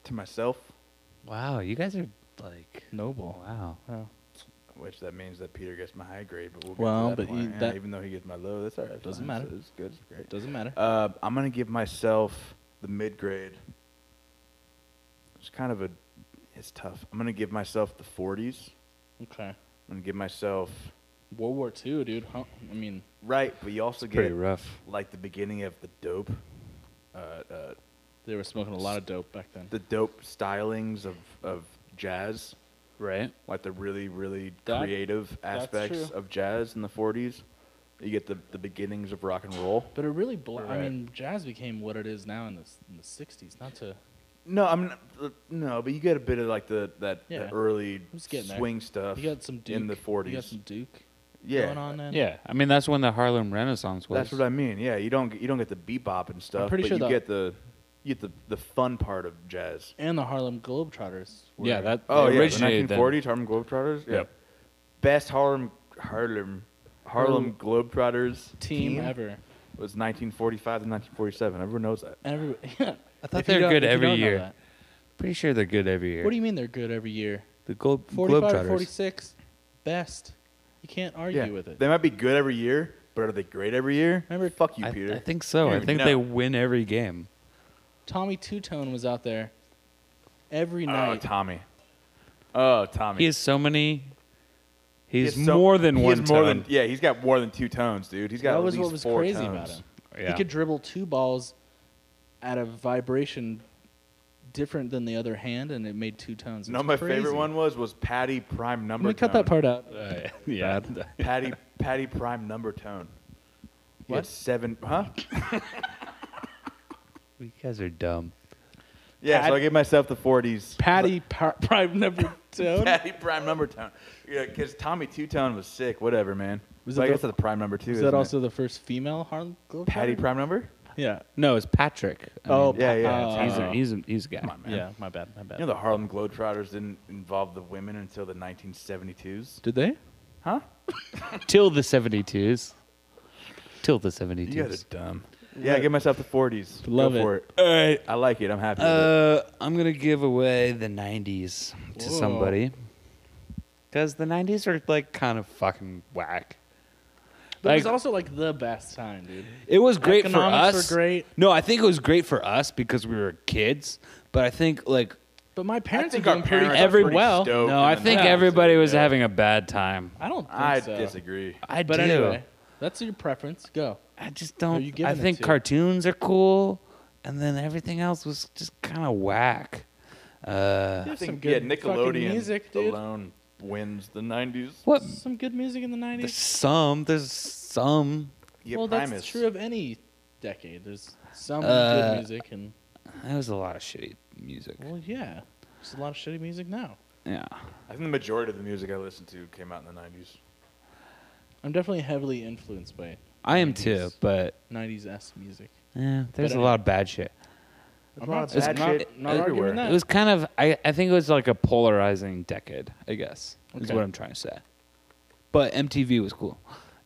D: to myself,
C: Wow, you guys are like.
B: Noble.
C: Wow.
B: Wow.
D: which that means that Peter gets my high grade, but we'll get
B: Well,
D: to that
B: but
D: point.
B: you-
D: Yeah,
B: that-
D: even though he gets my low, that's alright.
B: Doesn't
D: fine.
B: matter.
D: So It's good. It's great.
B: Doesn't matter.
D: Uh, I'm gonna give myself the mid grade. It's kind of a, it's tough. I'm gonna give myself the 40s.
B: Okay.
D: I'm gonna give myself
B: World War II, dude. Huh? I mean,
D: right, but you also
C: Pretty
D: get
C: rough.
D: like the beginning of the dope, uh, uh,
B: they were smoking a lot of dope back then.
D: the dope stylings of of jazz,
C: Right.
D: like the really really
B: That-
D: creative
B: that's
D: aspects
B: true.
D: of jazz in the 40s. You get the the beginnings of rock and roll.
B: But it really, bl-
D: Right.
B: I mean, jazz became what it is now in the s- in the '60s. Not to
D: No, I'm uh, no, but you get a bit of like the that the
B: Yeah.
D: early
B: just getting there.
D: swing stuff
B: you got some Duke
D: in the 40s.
B: You got some Duke
D: yeah,
B: going on then.
C: Yeah, I mean that's when the Harlem Renaissance was.
D: that's what I mean. Yeah, you don't you don't get the bebop and stuff,
B: pretty
D: but
B: sure
D: you
B: the-
D: get the you get the the fun part of jazz.
B: And the Harlem Globetrotters. Were,
C: Yeah, that.
D: Oh
C: they
D: yeah, the
C: originated then.
D: 1940s Harlem Globetrotters. Yeah,
C: Yep.
D: best Harlem Harlem Harlem Globetrotters
B: team, ever.
D: was 1945 to 1947. Everyone knows that.
B: Every <laughs> yeah.
C: I thought
B: If you
C: they were
B: don't-
C: good
B: if you
C: every
B: don't know
C: year.
B: that.
C: Pretty sure they're good every year.
B: What do you mean they're good every year?
C: the Globe
B: 45 to
C: Globetrotters.
B: 46, best. You can't argue
D: yeah,
B: with it.
D: they might be good every year, but are they great every year?
B: Remember-
D: fuck you,
C: I,
D: Peter.
C: I think so. I
D: Dude,
C: think
D: no.
C: they win every game.
B: Tommy Two Tone was out there every
D: Oh,
B: night.
D: Tommy. Oh, Tommy.
C: He has so many. He's
D: He has so-
C: more than
D: he
C: one.
D: has more
C: tone.
D: <laughs> than yeah. He's got more than two tones, dude. He's got
B: that
D: at
B: was
D: least
B: what was
D: four
B: crazy
D: tones.
B: about him. He
C: Yeah.
B: could dribble two balls at a vibration different than the other hand, and it made two tones. It
D: No,
B: was
D: my
B: crazy.
D: favorite one was was Patty Prime
B: I'm
D: Number.
B: gonna cut
D: Tone.
B: that part out.
C: Uh, yeah.
D: Patty Patty Prime Number Tone. He had
B: What?
D: seven? Huh?
C: you guys are dumb.
D: Yeah.
B: Pat-
D: so I gave myself the forties.
B: Patty par- <laughs> prime number tone.
D: Patty Prime Number Tone. Yeah, because Tommy Two Tone was sick. Whatever, man.
B: Was
D: so
B: that
D: I
B: the-
D: guess that's the Prime Number Two.
B: Is
D: isn't
B: that
D: it?
B: also the first female Harlem Globetrotter?
D: Patty Prime Number?
B: Yeah.
C: No, it's Patrick. I
B: Oh,
C: mean,
D: Yeah, yeah.
B: uh,
D: it's-
C: he's a, he's a, he's a guy.
B: Yeah, my bad, my bad.
D: You know the Harlem Globetrotters didn't involve the women until the 1972s,
B: Did they?
D: huh?
C: Till the seventy twos. Till the seventy
D: You guys
C: twos.
D: are dumb. Yeah, I gave myself the 40s. Go
B: Love it.
D: for it.
C: All right.
D: I like it. I'm happy. with it.
C: Uh, I'm gonna give away the '90s to
B: Whoa.
C: somebody, because the '90s are like kind of fucking whack.
B: But it was
C: Like-
B: also like the best time, dude.
C: It was great for
B: Economics
C: us.
B: were great.
C: No, I think it was great for us because we were kids. But I think like
B: But my parents
D: think
B: are
D: our
B: doing pretty
D: parents are
B: every
D: pretty
B: well.
D: stoked. Dope
C: no,
D: in
C: I
D: the
C: think
D: 90s,
C: everybody was
D: yeah.
C: having a bad time.
B: I don't think
D: I
B: so.
D: disagree.
C: I
B: But
C: do.
B: anyway, that's your preference. Go.
C: I just
B: Who
C: don't.
B: you giving
C: I
B: it
C: think
B: to?
C: cartoons are cool, and then everything else was just kind of whack. Uh,
D: I
B: There's
D: think
B: some good
D: yeah,
B: fucking
D: Nickelodeon
B: music, dude.
D: alone wins the 90s.
C: what?
B: Some good music in the
C: There's
B: '90s.
C: some. There's some.
D: Yeah,
B: well,
D: Primus.
B: that's true of any decade. There's some
C: Uh,
B: good music, and
C: That was a lot of shitty music.
B: well, yeah, there's a lot of shitty music now.
C: Yeah.
D: I think the majority of the music I listened to came out in the 90s.
B: I'm definitely heavily influenced by
C: I am too,
B: 90s.
C: but
B: '90s s music.
C: eh, there's a
B: I-
C: lot of bad shit.
B: I'm not,
D: It's
B: I'm
D: bad
B: not,
D: shit
B: not arguing
D: everywhere.
B: that.
C: It was kind of, I, I think it was like a polarizing decade, I guess, is
B: Okay.
C: what I'm trying to say. But MTV was cool.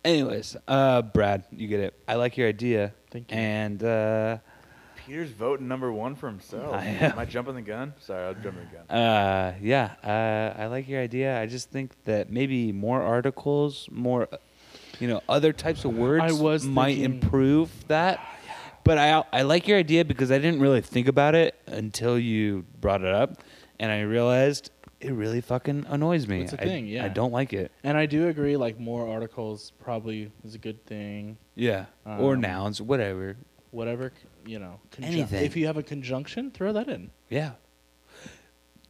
C: Anyways, uh, Brad, you get it. I like your idea.
B: Thank you.
C: And uh,
D: Peter's voting number one for himself.
C: I am.
D: Am I jumping the gun? Sorry, I'm jumping the gun.
C: uh, yeah, uh, I like your idea. I just think that maybe more articles, more you know, other types of words
B: I was
C: might
B: thinking- Ah,
C: improve that. But I I like your idea because I didn't really think about it until you brought it up, and I realized it really fucking annoys me.
B: It's a
C: I-
B: thing, yeah.
C: I don't like it.
B: And I do agree, like more articles probably is a good thing.
C: Yeah, or
B: Um,
C: nouns, whatever.
B: Whatever, you know, conjun-
C: Anything.
B: If you have a conjunction, throw that in.
C: Yeah.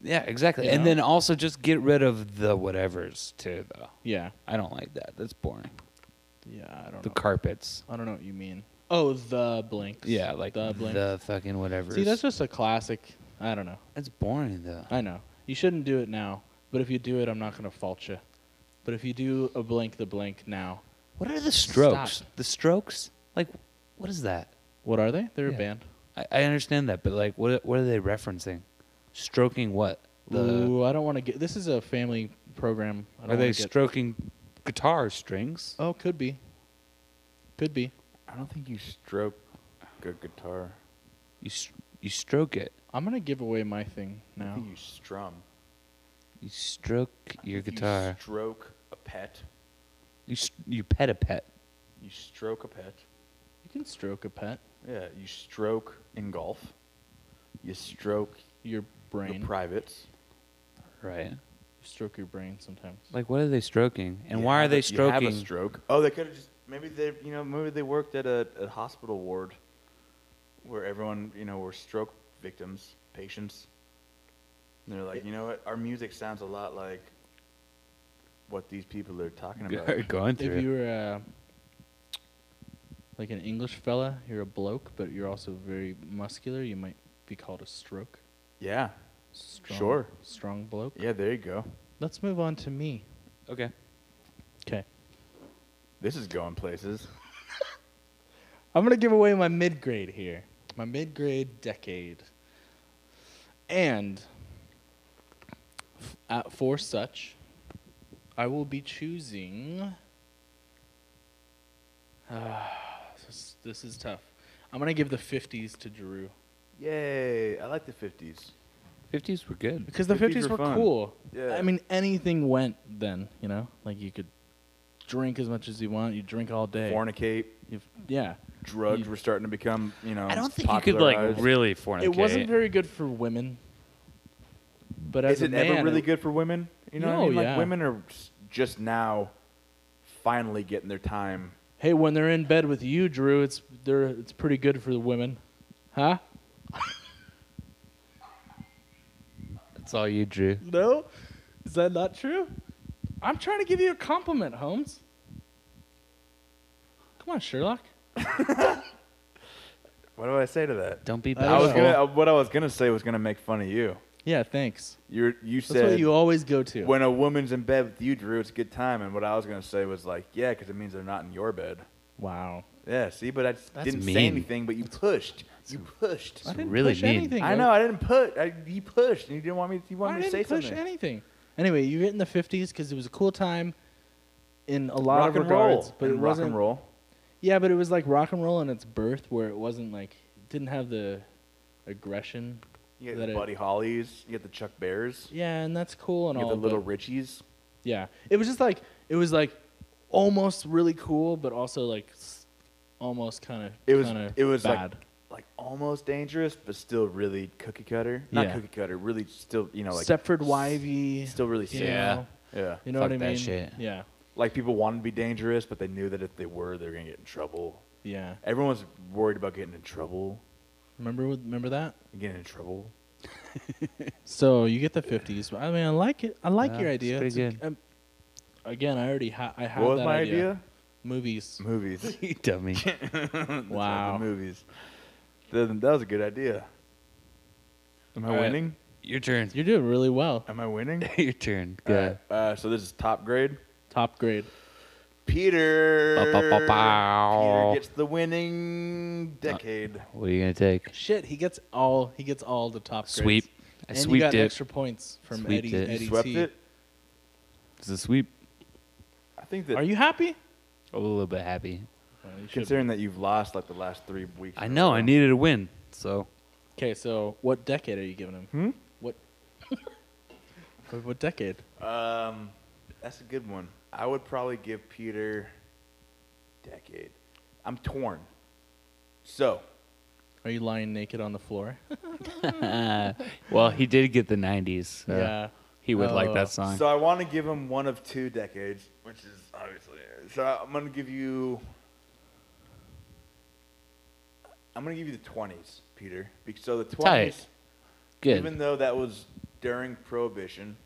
C: Yeah, exactly.
B: You
C: and
B: know?
C: then also just get rid of the whatevers too, though.
B: Yeah.
C: I don't like that. That's boring.
B: Yeah, I don't
C: The
B: know.
C: carpets.
B: I don't know what you mean. Oh, the blanks.
C: Yeah, like
B: the
C: the,
B: blanks.
C: Uh, fucking whatever.
B: See, that's just a classic. I don't know.
C: that's boring though.
B: I know. You shouldn't do it now, but if you do it, I'm not going to fault you. But if you do a blank the blank now,
C: What are the strokes?
B: Stop.
C: The strokes? Like, what is that?
B: what are they? They're
C: Yeah.
B: a band.
C: I, I understand that, but like, what what are they referencing? Stroking what? The,
B: Ooh, I don't want to get. This is a family program. I don't
C: are they
B: wanna get-
C: stroking guitar strings?
B: Oh, could be. Could be.
D: I don't think you stroke a guitar.
C: You s- you stroke it.
B: I'm gonna give away my thing
D: I
B: now.
D: think you strum.
C: You stroke your
D: You
C: guitar.
D: stroke a pet.
C: You s you pet a pet.
D: You stroke a pet.
B: You can stroke a pet.
D: Yeah, you stroke in golf. You stroke
B: Your brain.
D: your privates.
C: Right.
B: stroke your brain sometimes.
C: Like, what are they stroking? And
D: You
C: why are
D: have
C: they
D: a- you have
C: stroking?
D: a stroke. Oh, they could have just maybe they you know maybe they worked at a, a hospital ward where everyone you know were stroke victims, patients. And they're like, you know what, our music sounds a lot like what these people are talking about.
C: <laughs> going through.
B: if you were uh, like an English fella, you're a bloke, but you're also very muscular. You might be called a stroke.
D: <laughs> yeah,
B: Strong,
D: Sure.
B: Strong bloke.
D: yeah, there you go.
B: Let's move on to me.
C: okay.
B: Okay.
D: This is going places.
B: I'm gonna give away my mid grade here. My mid grade decade. And f- uh, for such, I will be choosing. <sighs> Ah, this, is, this is tough. I'm gonna give the 50s to Drew
D: Yay! I like the fifties.
C: Fifties were good.
B: because the
D: 50s
B: 50s,
D: were
B: were,
D: fun.
B: cool.
D: Yeah.
B: I mean, anything went then. You know, like you could drink as much as you want. You drink all day.
D: Fornicate,
B: You've- yeah.
D: drugs
B: You-
D: were starting to become you know.
C: I don't think you could like
D: popularized.
C: really fornicate.
B: It wasn't very good for women. But as
D: Is
B: a
D: it
B: man,
D: ever really
B: it-
D: good for women? You know, what I
B: No,
D: mean, like
B: yeah.
D: women are s- just now finally getting their time.
B: Hey, when they're in bed with you, Drew, it's they're it's pretty good for the women, huh?
C: That's all you drew.
B: No, is that not true? I'm trying to give you a compliment, Holmes. Come on, Sherlock.
D: What do I say to that?
C: Don't be
B: I
D: I was
B: know.
C: bashful.
D: gonna. uh, What I was gonna say was gonna make fun of you.
B: Yeah, thanks.
D: You you
B: That's
D: said
B: what you always go to.
D: when a woman's in bed with you, Drew, it's a good time. And what I was gonna say was like, yeah, because it means they're not in your bed.
B: wow,
D: Yeah. See, but I just
C: That's
D: didn't
C: mean.
D: say anything. But you pushed. You pushed.
B: I didn't
C: really
B: push
C: mean.
B: anything.
D: I know. I didn't put. I, you pushed, and you didn't want me. You
B: I
D: wanted me to
B: didn't
D: say
B: push
D: something.
B: anything. Anyway, you hit in the 50s because it was a cool time in a lot
D: rock
B: of
D: and
B: regards,
D: roll.
B: but it
D: and rock
B: wasn't
D: and roll.
B: Yeah, but it was like rock and roll in its birth, where it wasn't like it didn't have the aggression.
D: You get
B: that
D: the
B: it-
D: Buddy Hollies. You get the Chuck Bears.
B: Yeah, and that's cool and
D: You get
B: all.
D: the
B: but-
D: Little Richies.
B: yeah, it was just like it was like almost really cool, but also like s- almost kind of
D: It was
B: kinda
D: it was
B: bad.
D: like like almost dangerous, but still really cookie cutter. Not
B: Yeah.
D: cookie cutter, really still you know like
B: Stepford Wivey.
D: still really safe.
C: Yeah.
B: You know,
D: Yeah.
B: You know
C: Fuck
B: what I
C: that
B: mean?
C: shit.
B: Yeah,
D: Like people wanted to be dangerous, but they knew that if they were, they were gonna get in trouble.
B: yeah.
D: Everyone's worried about getting in trouble.
B: Remember with- remember that?
D: Getting in trouble.
B: So you get the 50s. but I mean, I like it. I like
C: Yeah,
B: your
C: it's
B: idea.
C: pretty
B: a- um, again, I already ha- I had
D: what was
B: that
D: my
B: idea.
D: idea?
B: Movies.
D: <laughs> Movies.
C: you dummy.
B: wow.
D: The movies. Th- That was a good idea. Am I
C: All right.
D: winning?
C: Your turn. <laughs>
B: You're doing really well.
D: Am I winning?
C: Your turn.
D: All
C: Good.
D: right, Uh, so this is top grade.
B: Top grade.
D: Peter.
C: Ba-ba-ba-bow.
D: Peter gets the winning decade.
C: What are you gonna take?
B: Shit, he gets all he gets all the top grades.
C: Sweep. I
B: and
C: sweeped
B: you got
C: it.
B: extra points from
C: Sweeped
B: Eddie.
C: it. You
B: Eddie
D: swept
B: T.
D: it.
C: It's a sweep.
D: I think that
B: Are you happy?
C: I'm a little bit happy.
D: considering that you've lost like the last three weeks.
C: I
D: in a
C: know. I
D: row.
C: needed a win. So
B: Okay, so what decade are you giving him? Hmm? What? <laughs> what- what decade?
D: Um, that's a good one. I would probably give Peter decade. I'm torn. So,
B: Are you lying naked on the
C: <laughs>
B: floor?
C: Well, he did get the 90s. so
B: Yeah.
C: He would like
B: Oh.
C: that song.
D: so I want to give him one of two decades, which is obviously. So I'm gonna give you. I'm gonna give you the 20s, Peter. Be- So the 20s,
C: Good.
D: even though that was during Prohibition,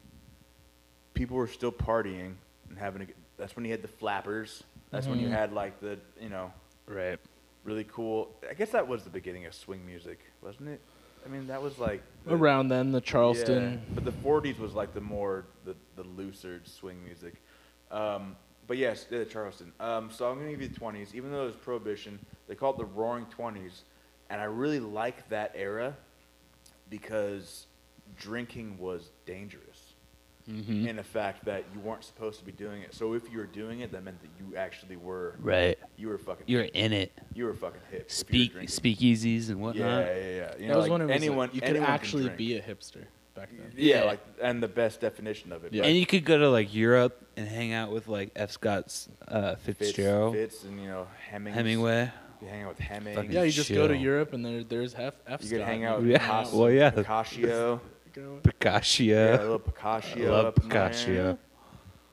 D: people were still partying and having a. g- That's when you had the flappers. That's when you had like the you know
C: Mm-hmm. right.
D: really cool. I guess that was the beginning of swing music, wasn't it? I mean, that was like the-
B: Around then, the Charleston.
D: yeah, But the 40s was like the more the, the looser swing music. Um, but yes, yeah, Charleston. Um, so I'm gonna give you the 20s, even though it was prohibition. They call it the Roaring 20s, and I really like that era because drinking was dangerous.
C: Mm-hmm.
D: In the fact that you weren't supposed to be doing it, so if you were doing it, that meant that you actually were
C: Right.
D: you were fucking
C: You're in it.
D: you were fucking hip. if you were
C: Speak
D: drinking.
C: speakeasies and whatnot.
D: Yeah, yeah, yeah. You
B: That
D: know,
B: was
D: like
B: when it was like,
D: anyone
B: you could
D: anyone can
B: actually
D: drink.
B: be a hipster back then.
D: Yeah,
C: Yeah.
D: like and the best definition of it.
B: Yeah.
D: but
C: And you could go to like Europe and hang out with like F. Scott's uh,
D: Fitz,
C: Fitzgerald,
D: Fitz, and you know Hemings.
C: Hemingway.
D: You hang out with Hemings.
C: Fucking
B: Yeah, you just go to
C: Chill.
B: Europe and there, there's F. F
D: You could
B: Scott.
D: hang out with
C: Yeah,
D: Picasso,
C: well, yeah.
D: Picasso. Yeah, a
C: Boccaccio.
D: little Picasso.
C: I love
D: up in there.
C: Boccaccio.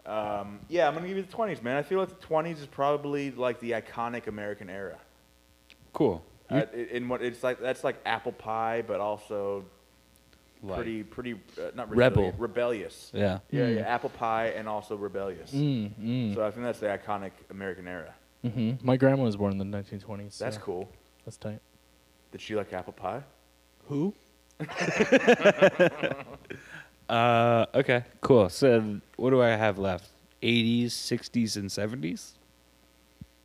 D: Um, yeah, I'm gonna give you the 20s, man. I feel like the 20s is probably like the iconic American era.
C: Cool.
D: Uh, in- in what it's like, that's like apple pie, but also
C: Like-
D: pretty, pretty uh, not
C: Rebel.
D: resilient, rebellious.
C: Yeah. Mm.
D: Yeah, yeah, apple pie and also rebellious.
B: Mm, mm.
D: So I think that's the iconic American era.
B: hmm My grandma was born in the 1920s.
D: That's
B: so
D: cool.
B: That's tight.
D: Did she like apple pie?
B: Who?
C: Uh, okay. Cool. So what do I have left? 80s, 60s, and 70s.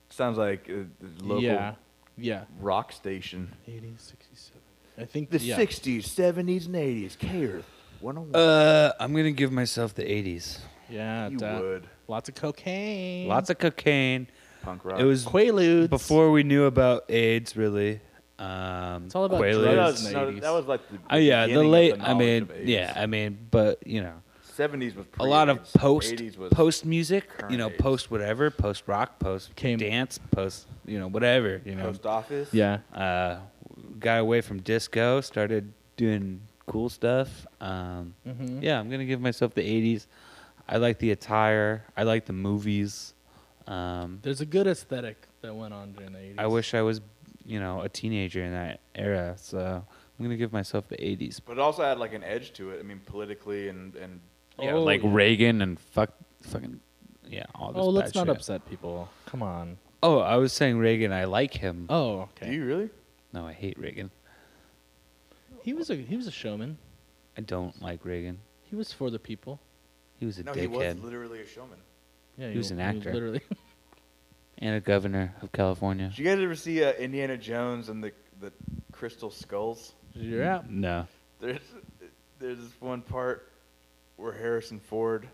D: Sounds like a local
B: Yeah. Yeah.
D: rock station.
B: 80s, 67. I think
D: The
B: yeah.
D: 60s, 70s, and 80s. Care. 101.
C: Uh, I'm gonna give myself the 80s.
B: Yeah.
D: you
B: duh.
D: would.
B: Lots of cocaine.
C: Lots of cocaine.
D: Punk rock.
C: It was
B: Quaaludes.
C: before we knew about AIDS, really. Um,
B: It's all about
C: Quaaludes.
D: that
B: drugs
D: was,
B: in the
D: no,
B: 80s.
D: that was like the.
C: Oh yeah, the
D: beginning of
C: late. I
D: knowledge
C: mean,
D: of 80s.
C: yeah, I mean, but you know,
D: 70s was
C: a lot of
D: pre-AIDS.
C: post
D: 80s was
C: post music. You
D: current
C: know,
D: AIDS.
C: post whatever, post rock, post
B: Came-
C: dance, post you know whatever. You know,
D: post office.
B: Yeah.
C: uh, got away from disco, started doing cool stuff. Um,
B: Mhm.
C: Yeah, I'm gonna give myself the '80s. I like the attire. I like the movies. Um,
B: There's a good aesthetic that went on during the 80s.
C: I wish I was, you know, a teenager in that era. So I'm gonna give myself the '80s.
D: But it also had like an edge to it. I mean, politically and. and
C: Yeah,
B: Oh,
C: like
B: yeah.
C: Reagan and fuck, fucking, yeah, all this.
B: Oh, let's
C: bad
B: not
C: shit.
B: upset people. Come on.
C: Oh, I was saying Reagan. I like him.
B: Oh, okay.
D: Do you really?
C: No, I hate Reagan.
B: He was a he was a showman.
C: I don't like Reagan.
B: He was for the people.
C: He was a
D: No, he was
C: dickhead
D: literally a showman.
B: Yeah,
C: He was an actor.
B: literally. <laughs>
C: and a governor of California.
D: Did you guys ever see uh, Indiana Jones and the the crystal skulls?
B: yeah.
C: No.
D: there's there's this one part where Harrison Ford,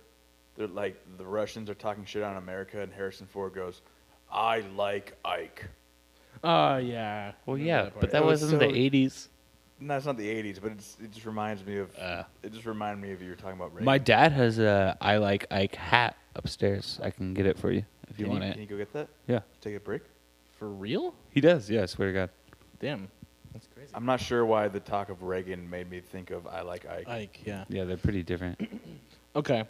D: they're like the Russians are talking shit on America, and Harrison Ford goes, "I like Ike."
B: Oh yeah.
C: Well,
B: Remember
C: yeah,
B: part.
C: but that
D: It was
C: wasn't
D: so-
C: the '80s.
D: No, it's not the '80s, but it's, it just reminds me of
C: Uh.
D: it just reminded me of you were talking about Reagan.
C: My dad has a "I like Ike" hat upstairs. I can get it for you if you
D: can
C: want
D: you,
C: it.
D: Can you go get that?
C: Yeah,
D: Take a break.
B: for real.
C: he does. Yeah, I swear to God.
B: Damn. That's crazy.
D: I'm not sure why the talk of Reagan made me think of "I like Ike."
B: Ike. Yeah.
C: Yeah, they're pretty different.
B: Okay.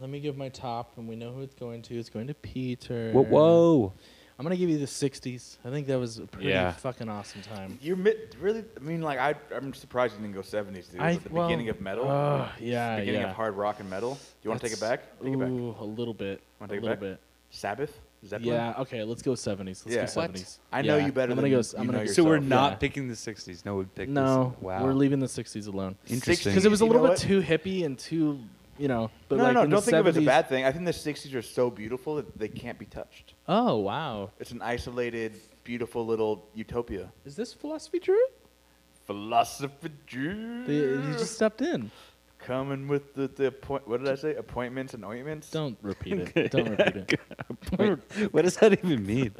B: Let me give my top, and we know who it's going to. It's going to Peter.
C: whoa, whoa.
B: I'm gonna give you the '60s. I think that was a pretty
C: Yeah.
B: fucking awesome time.
D: You're mid, really. I mean, like I, I'm surprised you didn't go '70s, dude.
B: I-
D: with the
B: well,
D: beginning of metal,
B: uh, yeah,
D: beginning
B: yeah.
D: of hard rock and metal. You want to take it
B: That's-
D: back? Take it back.
B: Ooh, a little bit. A
D: Wanna take it
B: little
D: back?
B: bit.
D: Sabbath, Zeppelin.
B: Yeah. Okay. Let's go '70s. Let's
D: Yeah.
B: go
D: What?
B: '70s.
D: I know
B: Yeah.
D: you better
B: I'm gonna
D: than
B: go.
D: you
B: am
D: know
B: gonna.
D: yourself.
C: So we're not
B: Yeah.
C: picking the '60s. No, we picked
B: No,
C: this. Wow.
B: we're leaving the '60s alone
C: Interesting.
B: because it was a
D: You
B: little
D: know
B: bit
D: what?
B: too hippie and too, you know. But
D: no,
B: like
D: no,
B: in
D: no. Don't
B: the
D: think of it as a
B: 70s
D: bad thing. I think the 60s are so beautiful that they can't be touched.
B: Oh wow!
D: It's an isolated, beautiful little utopia.
B: Is this philosophy, Drew?
D: Philosopher Jew.
B: They, he just stepped in.
D: Coming with the, the appoint. What did I say? Appointments and ointments?
B: Don't repeat it. Don't repeat it.
D: <laughs>
C: Wait, <laughs> what does that even
B: <laughs>
C: mean?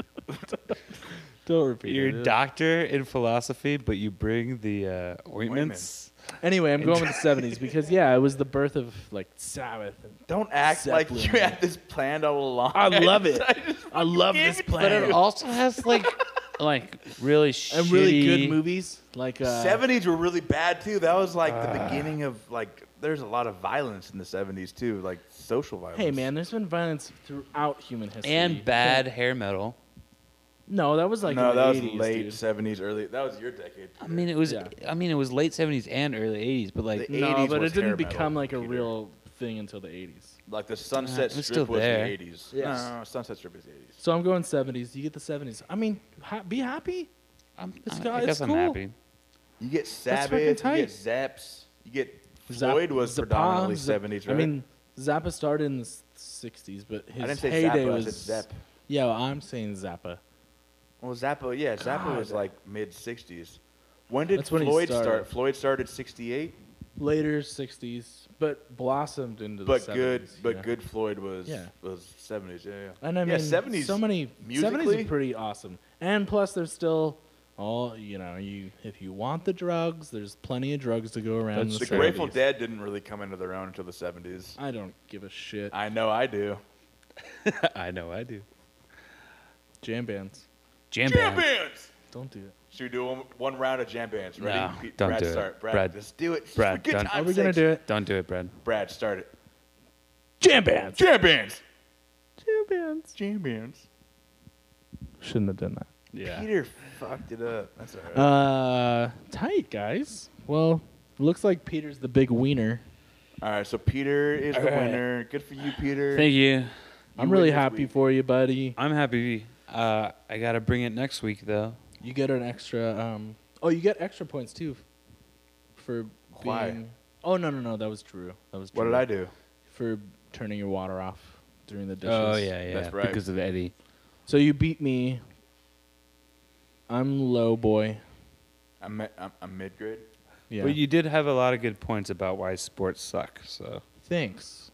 B: Don't repeat
C: You're
B: it.
C: a doctor in philosophy, but you bring the uh, ointments.
B: Anyway, I'm going with
D: <laughs>
B: the 70s because yeah, it was the birth of like Sabbath. And
D: Don't act
B: Zeppelin,
D: like you
B: man.
D: had this planned all along.
B: I
D: <laughs>
B: love it.
D: I just-
B: I love this
C: But it
B: planet.
C: also has like like really shitty
B: And really good movies like uh,
D: 70s were really bad too. That was like
B: Ah.
D: the beginning of like. There's a lot of violence in the 70s too, like social violence.
B: Hey man, there's been violence throughout human history.
C: and bad hair metal.
B: No, that was like
D: no,
B: in the
D: that was
B: 80s,
D: late
B: dude.
D: 70s, early. That was your decade.
C: I
D: Peter.
C: mean, it was.
B: Yeah.
C: I mean, it was late seventies and early eighties, but like,
D: The
B: No,
D: 80s
B: but
D: was
B: it didn't
D: hair metal,
B: become like a
D: Peter.
B: real thing until the 80s.
D: like the Sunset
C: it was
D: Strip
C: still
D: was
C: there.
D: in the
B: Yes.
D: 80s. No, no, no, Sunset Strip is the 80s.
B: So I'm going 70s. You get the 70s. I mean, ha- be happy.
C: I'm,
B: It's
C: I,
B: got-
C: I
B: it's
C: guess I'm
B: cool.
C: happy.
D: You get
B: That's fucking
D: Sabbath, you
B: tight.
D: get Zaps, you get
B: Zap-
D: Floyd was
B: Zappa,
D: predominantly
B: Zap-
D: 70s, right?
B: I mean, Zappa started in the s- 60s, but his
D: I didn't say
B: heyday
D: Zappa, I
B: was
D: said Zep.
B: Yeah, well, I'm saying Zappa.
D: Well, Zappa, yeah, Zappa was
B: God.
D: like mid '60s. When did
B: That's when he
D: Floyd
B: started.
D: start? Floyd started '68,
B: Later 60s, but blossomed into
D: but
B: the 70s.
D: good, but
B: yeah.
D: good Floyd was
B: Yeah.
D: was '70s. Yeah, yeah.
B: And I mean,
D: yeah, '70s.
B: so many 70s
D: musically-
B: are pretty awesome. And plus, there's still all you know. You if you want the drugs, there's plenty of drugs to go around.
C: That's
B: in
D: the
B: the
C: true.
B: 70s.
D: Grateful Dead didn't really come into their own until the '70s.
B: I don't give a shit.
D: I know I do.
C: <laughs> I know I do.
B: Jam bands,
C: Jam,
D: Jam
C: band.
D: bands.
B: don't do it.
D: Should we do one, one round of jam bands? Ready?
C: No,
D: Pete-
C: don't
D: Brad,
C: do it.
D: start. Brad,
C: Brad-
D: just do it. Just
C: Brad,
D: for good
C: don't-
D: time's
B: Are we gonna
D: sake.
B: do it?
C: Don't do it, Brad.
D: Brad, start it.
B: Jam bands.
D: Jam bands.
B: Jam bands.
D: Jam bands.
B: Shouldn't have done that.
C: Yeah.
D: Peter fucked it up. That's all right.
B: Uh, tight guys. Well, looks like Peter's the big wiener.
D: all right. So Peter is the
B: All right.
D: winner. Good for you, Peter.
C: Thank you.
B: I'm
D: win
B: really
D: this
B: happy
D: week.
B: for you, buddy.
C: I'm happy. Uh, I gotta bring it next week though.
B: You get an extra. Um, oh, you get extra points too. For
D: Why?
B: being. Oh no no no! That was Drew. That was. Drew.
D: what did I do?
B: for turning your water off during the dishes.
C: Oh yeah, yeah.
D: That's right.
C: Because of Eddie.
B: So you beat me. I'm low boy.
D: I'm, I'm, I'm mid grade.
B: Yeah.
C: But you did have a lot of good points about why sports suck. So
B: Thanks.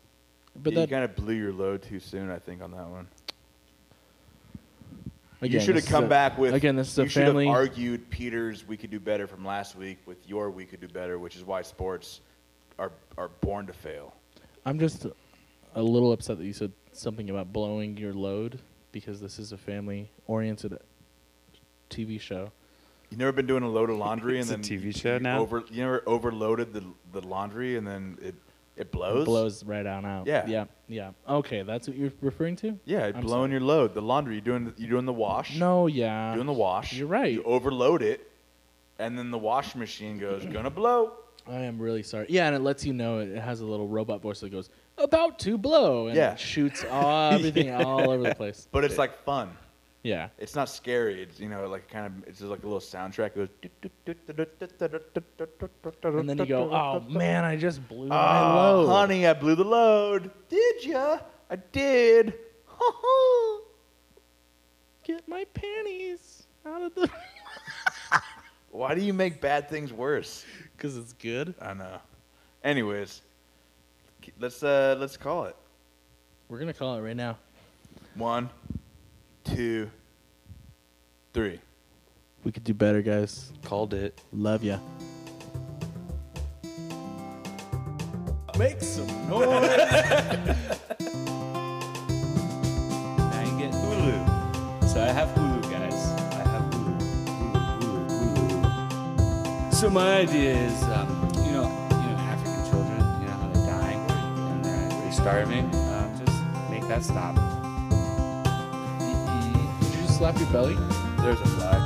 B: But
D: you
B: that
D: kind of blew your load too soon, I think, on that one.
B: again,
D: you should
B: this is
D: have come
B: a-
D: back with
B: again. This is
D: you
B: a
D: should have
B: family.
D: argued Peter's "We Could Do Better" from last week with your "We Could Do Better," which is why sports are are born to fail.
B: I'm just a little upset that you said something about blowing your load because this is a family-oriented TV show.
D: You never been doing a load of laundry
C: It's
D: and
C: a
D: then
C: TV
D: you-
C: show
D: you
C: now?
D: Over, you never overloaded the the laundry and then it it blows.
B: It blows right on out.
D: Yeah.
B: Yeah. Yeah. Okay, that's what you're referring to.
D: Yeah, it
B: I'm
D: blowing your load. The laundry you doing you doing the wash.
B: No. Yeah.
D: You're doing the wash.
B: You're right.
D: You overload it, and then the wash machine goes gonna blow.
B: I am really sorry. Yeah, and it lets you know it it has a little robot voice that goes about to blow and
D: Yeah.
B: it shoots all,
D: <laughs>
B: everything all over the place.
D: But it's like fun.
B: Yeah.
D: It's not scary. It's you know like kind of it's just like a little soundtrack. It goes.
B: And then you go, "Oh man, I just blew my
D: Oh,
B: load."
D: honey, I blew the load. Did ya? I did.
B: Get my panties out of the <laughs>
D: Why do you make bad things worse?
B: cuz it's good.
D: I know. Anyways, let's uh let's call it
B: We're going to call it right now.
D: one, two, three.
B: We could do better, guys.
C: called it.
B: Love ya. Make some
C: Now you get Hulu. So I have Hulu, guys. I have Hulu. Hulu, Hulu, Hulu. So my idea is, um, you know, you know, African children, you know how they die and they're they're starving. Um, just make that stop.
B: Did you just slap your belly?
D: There's a flag.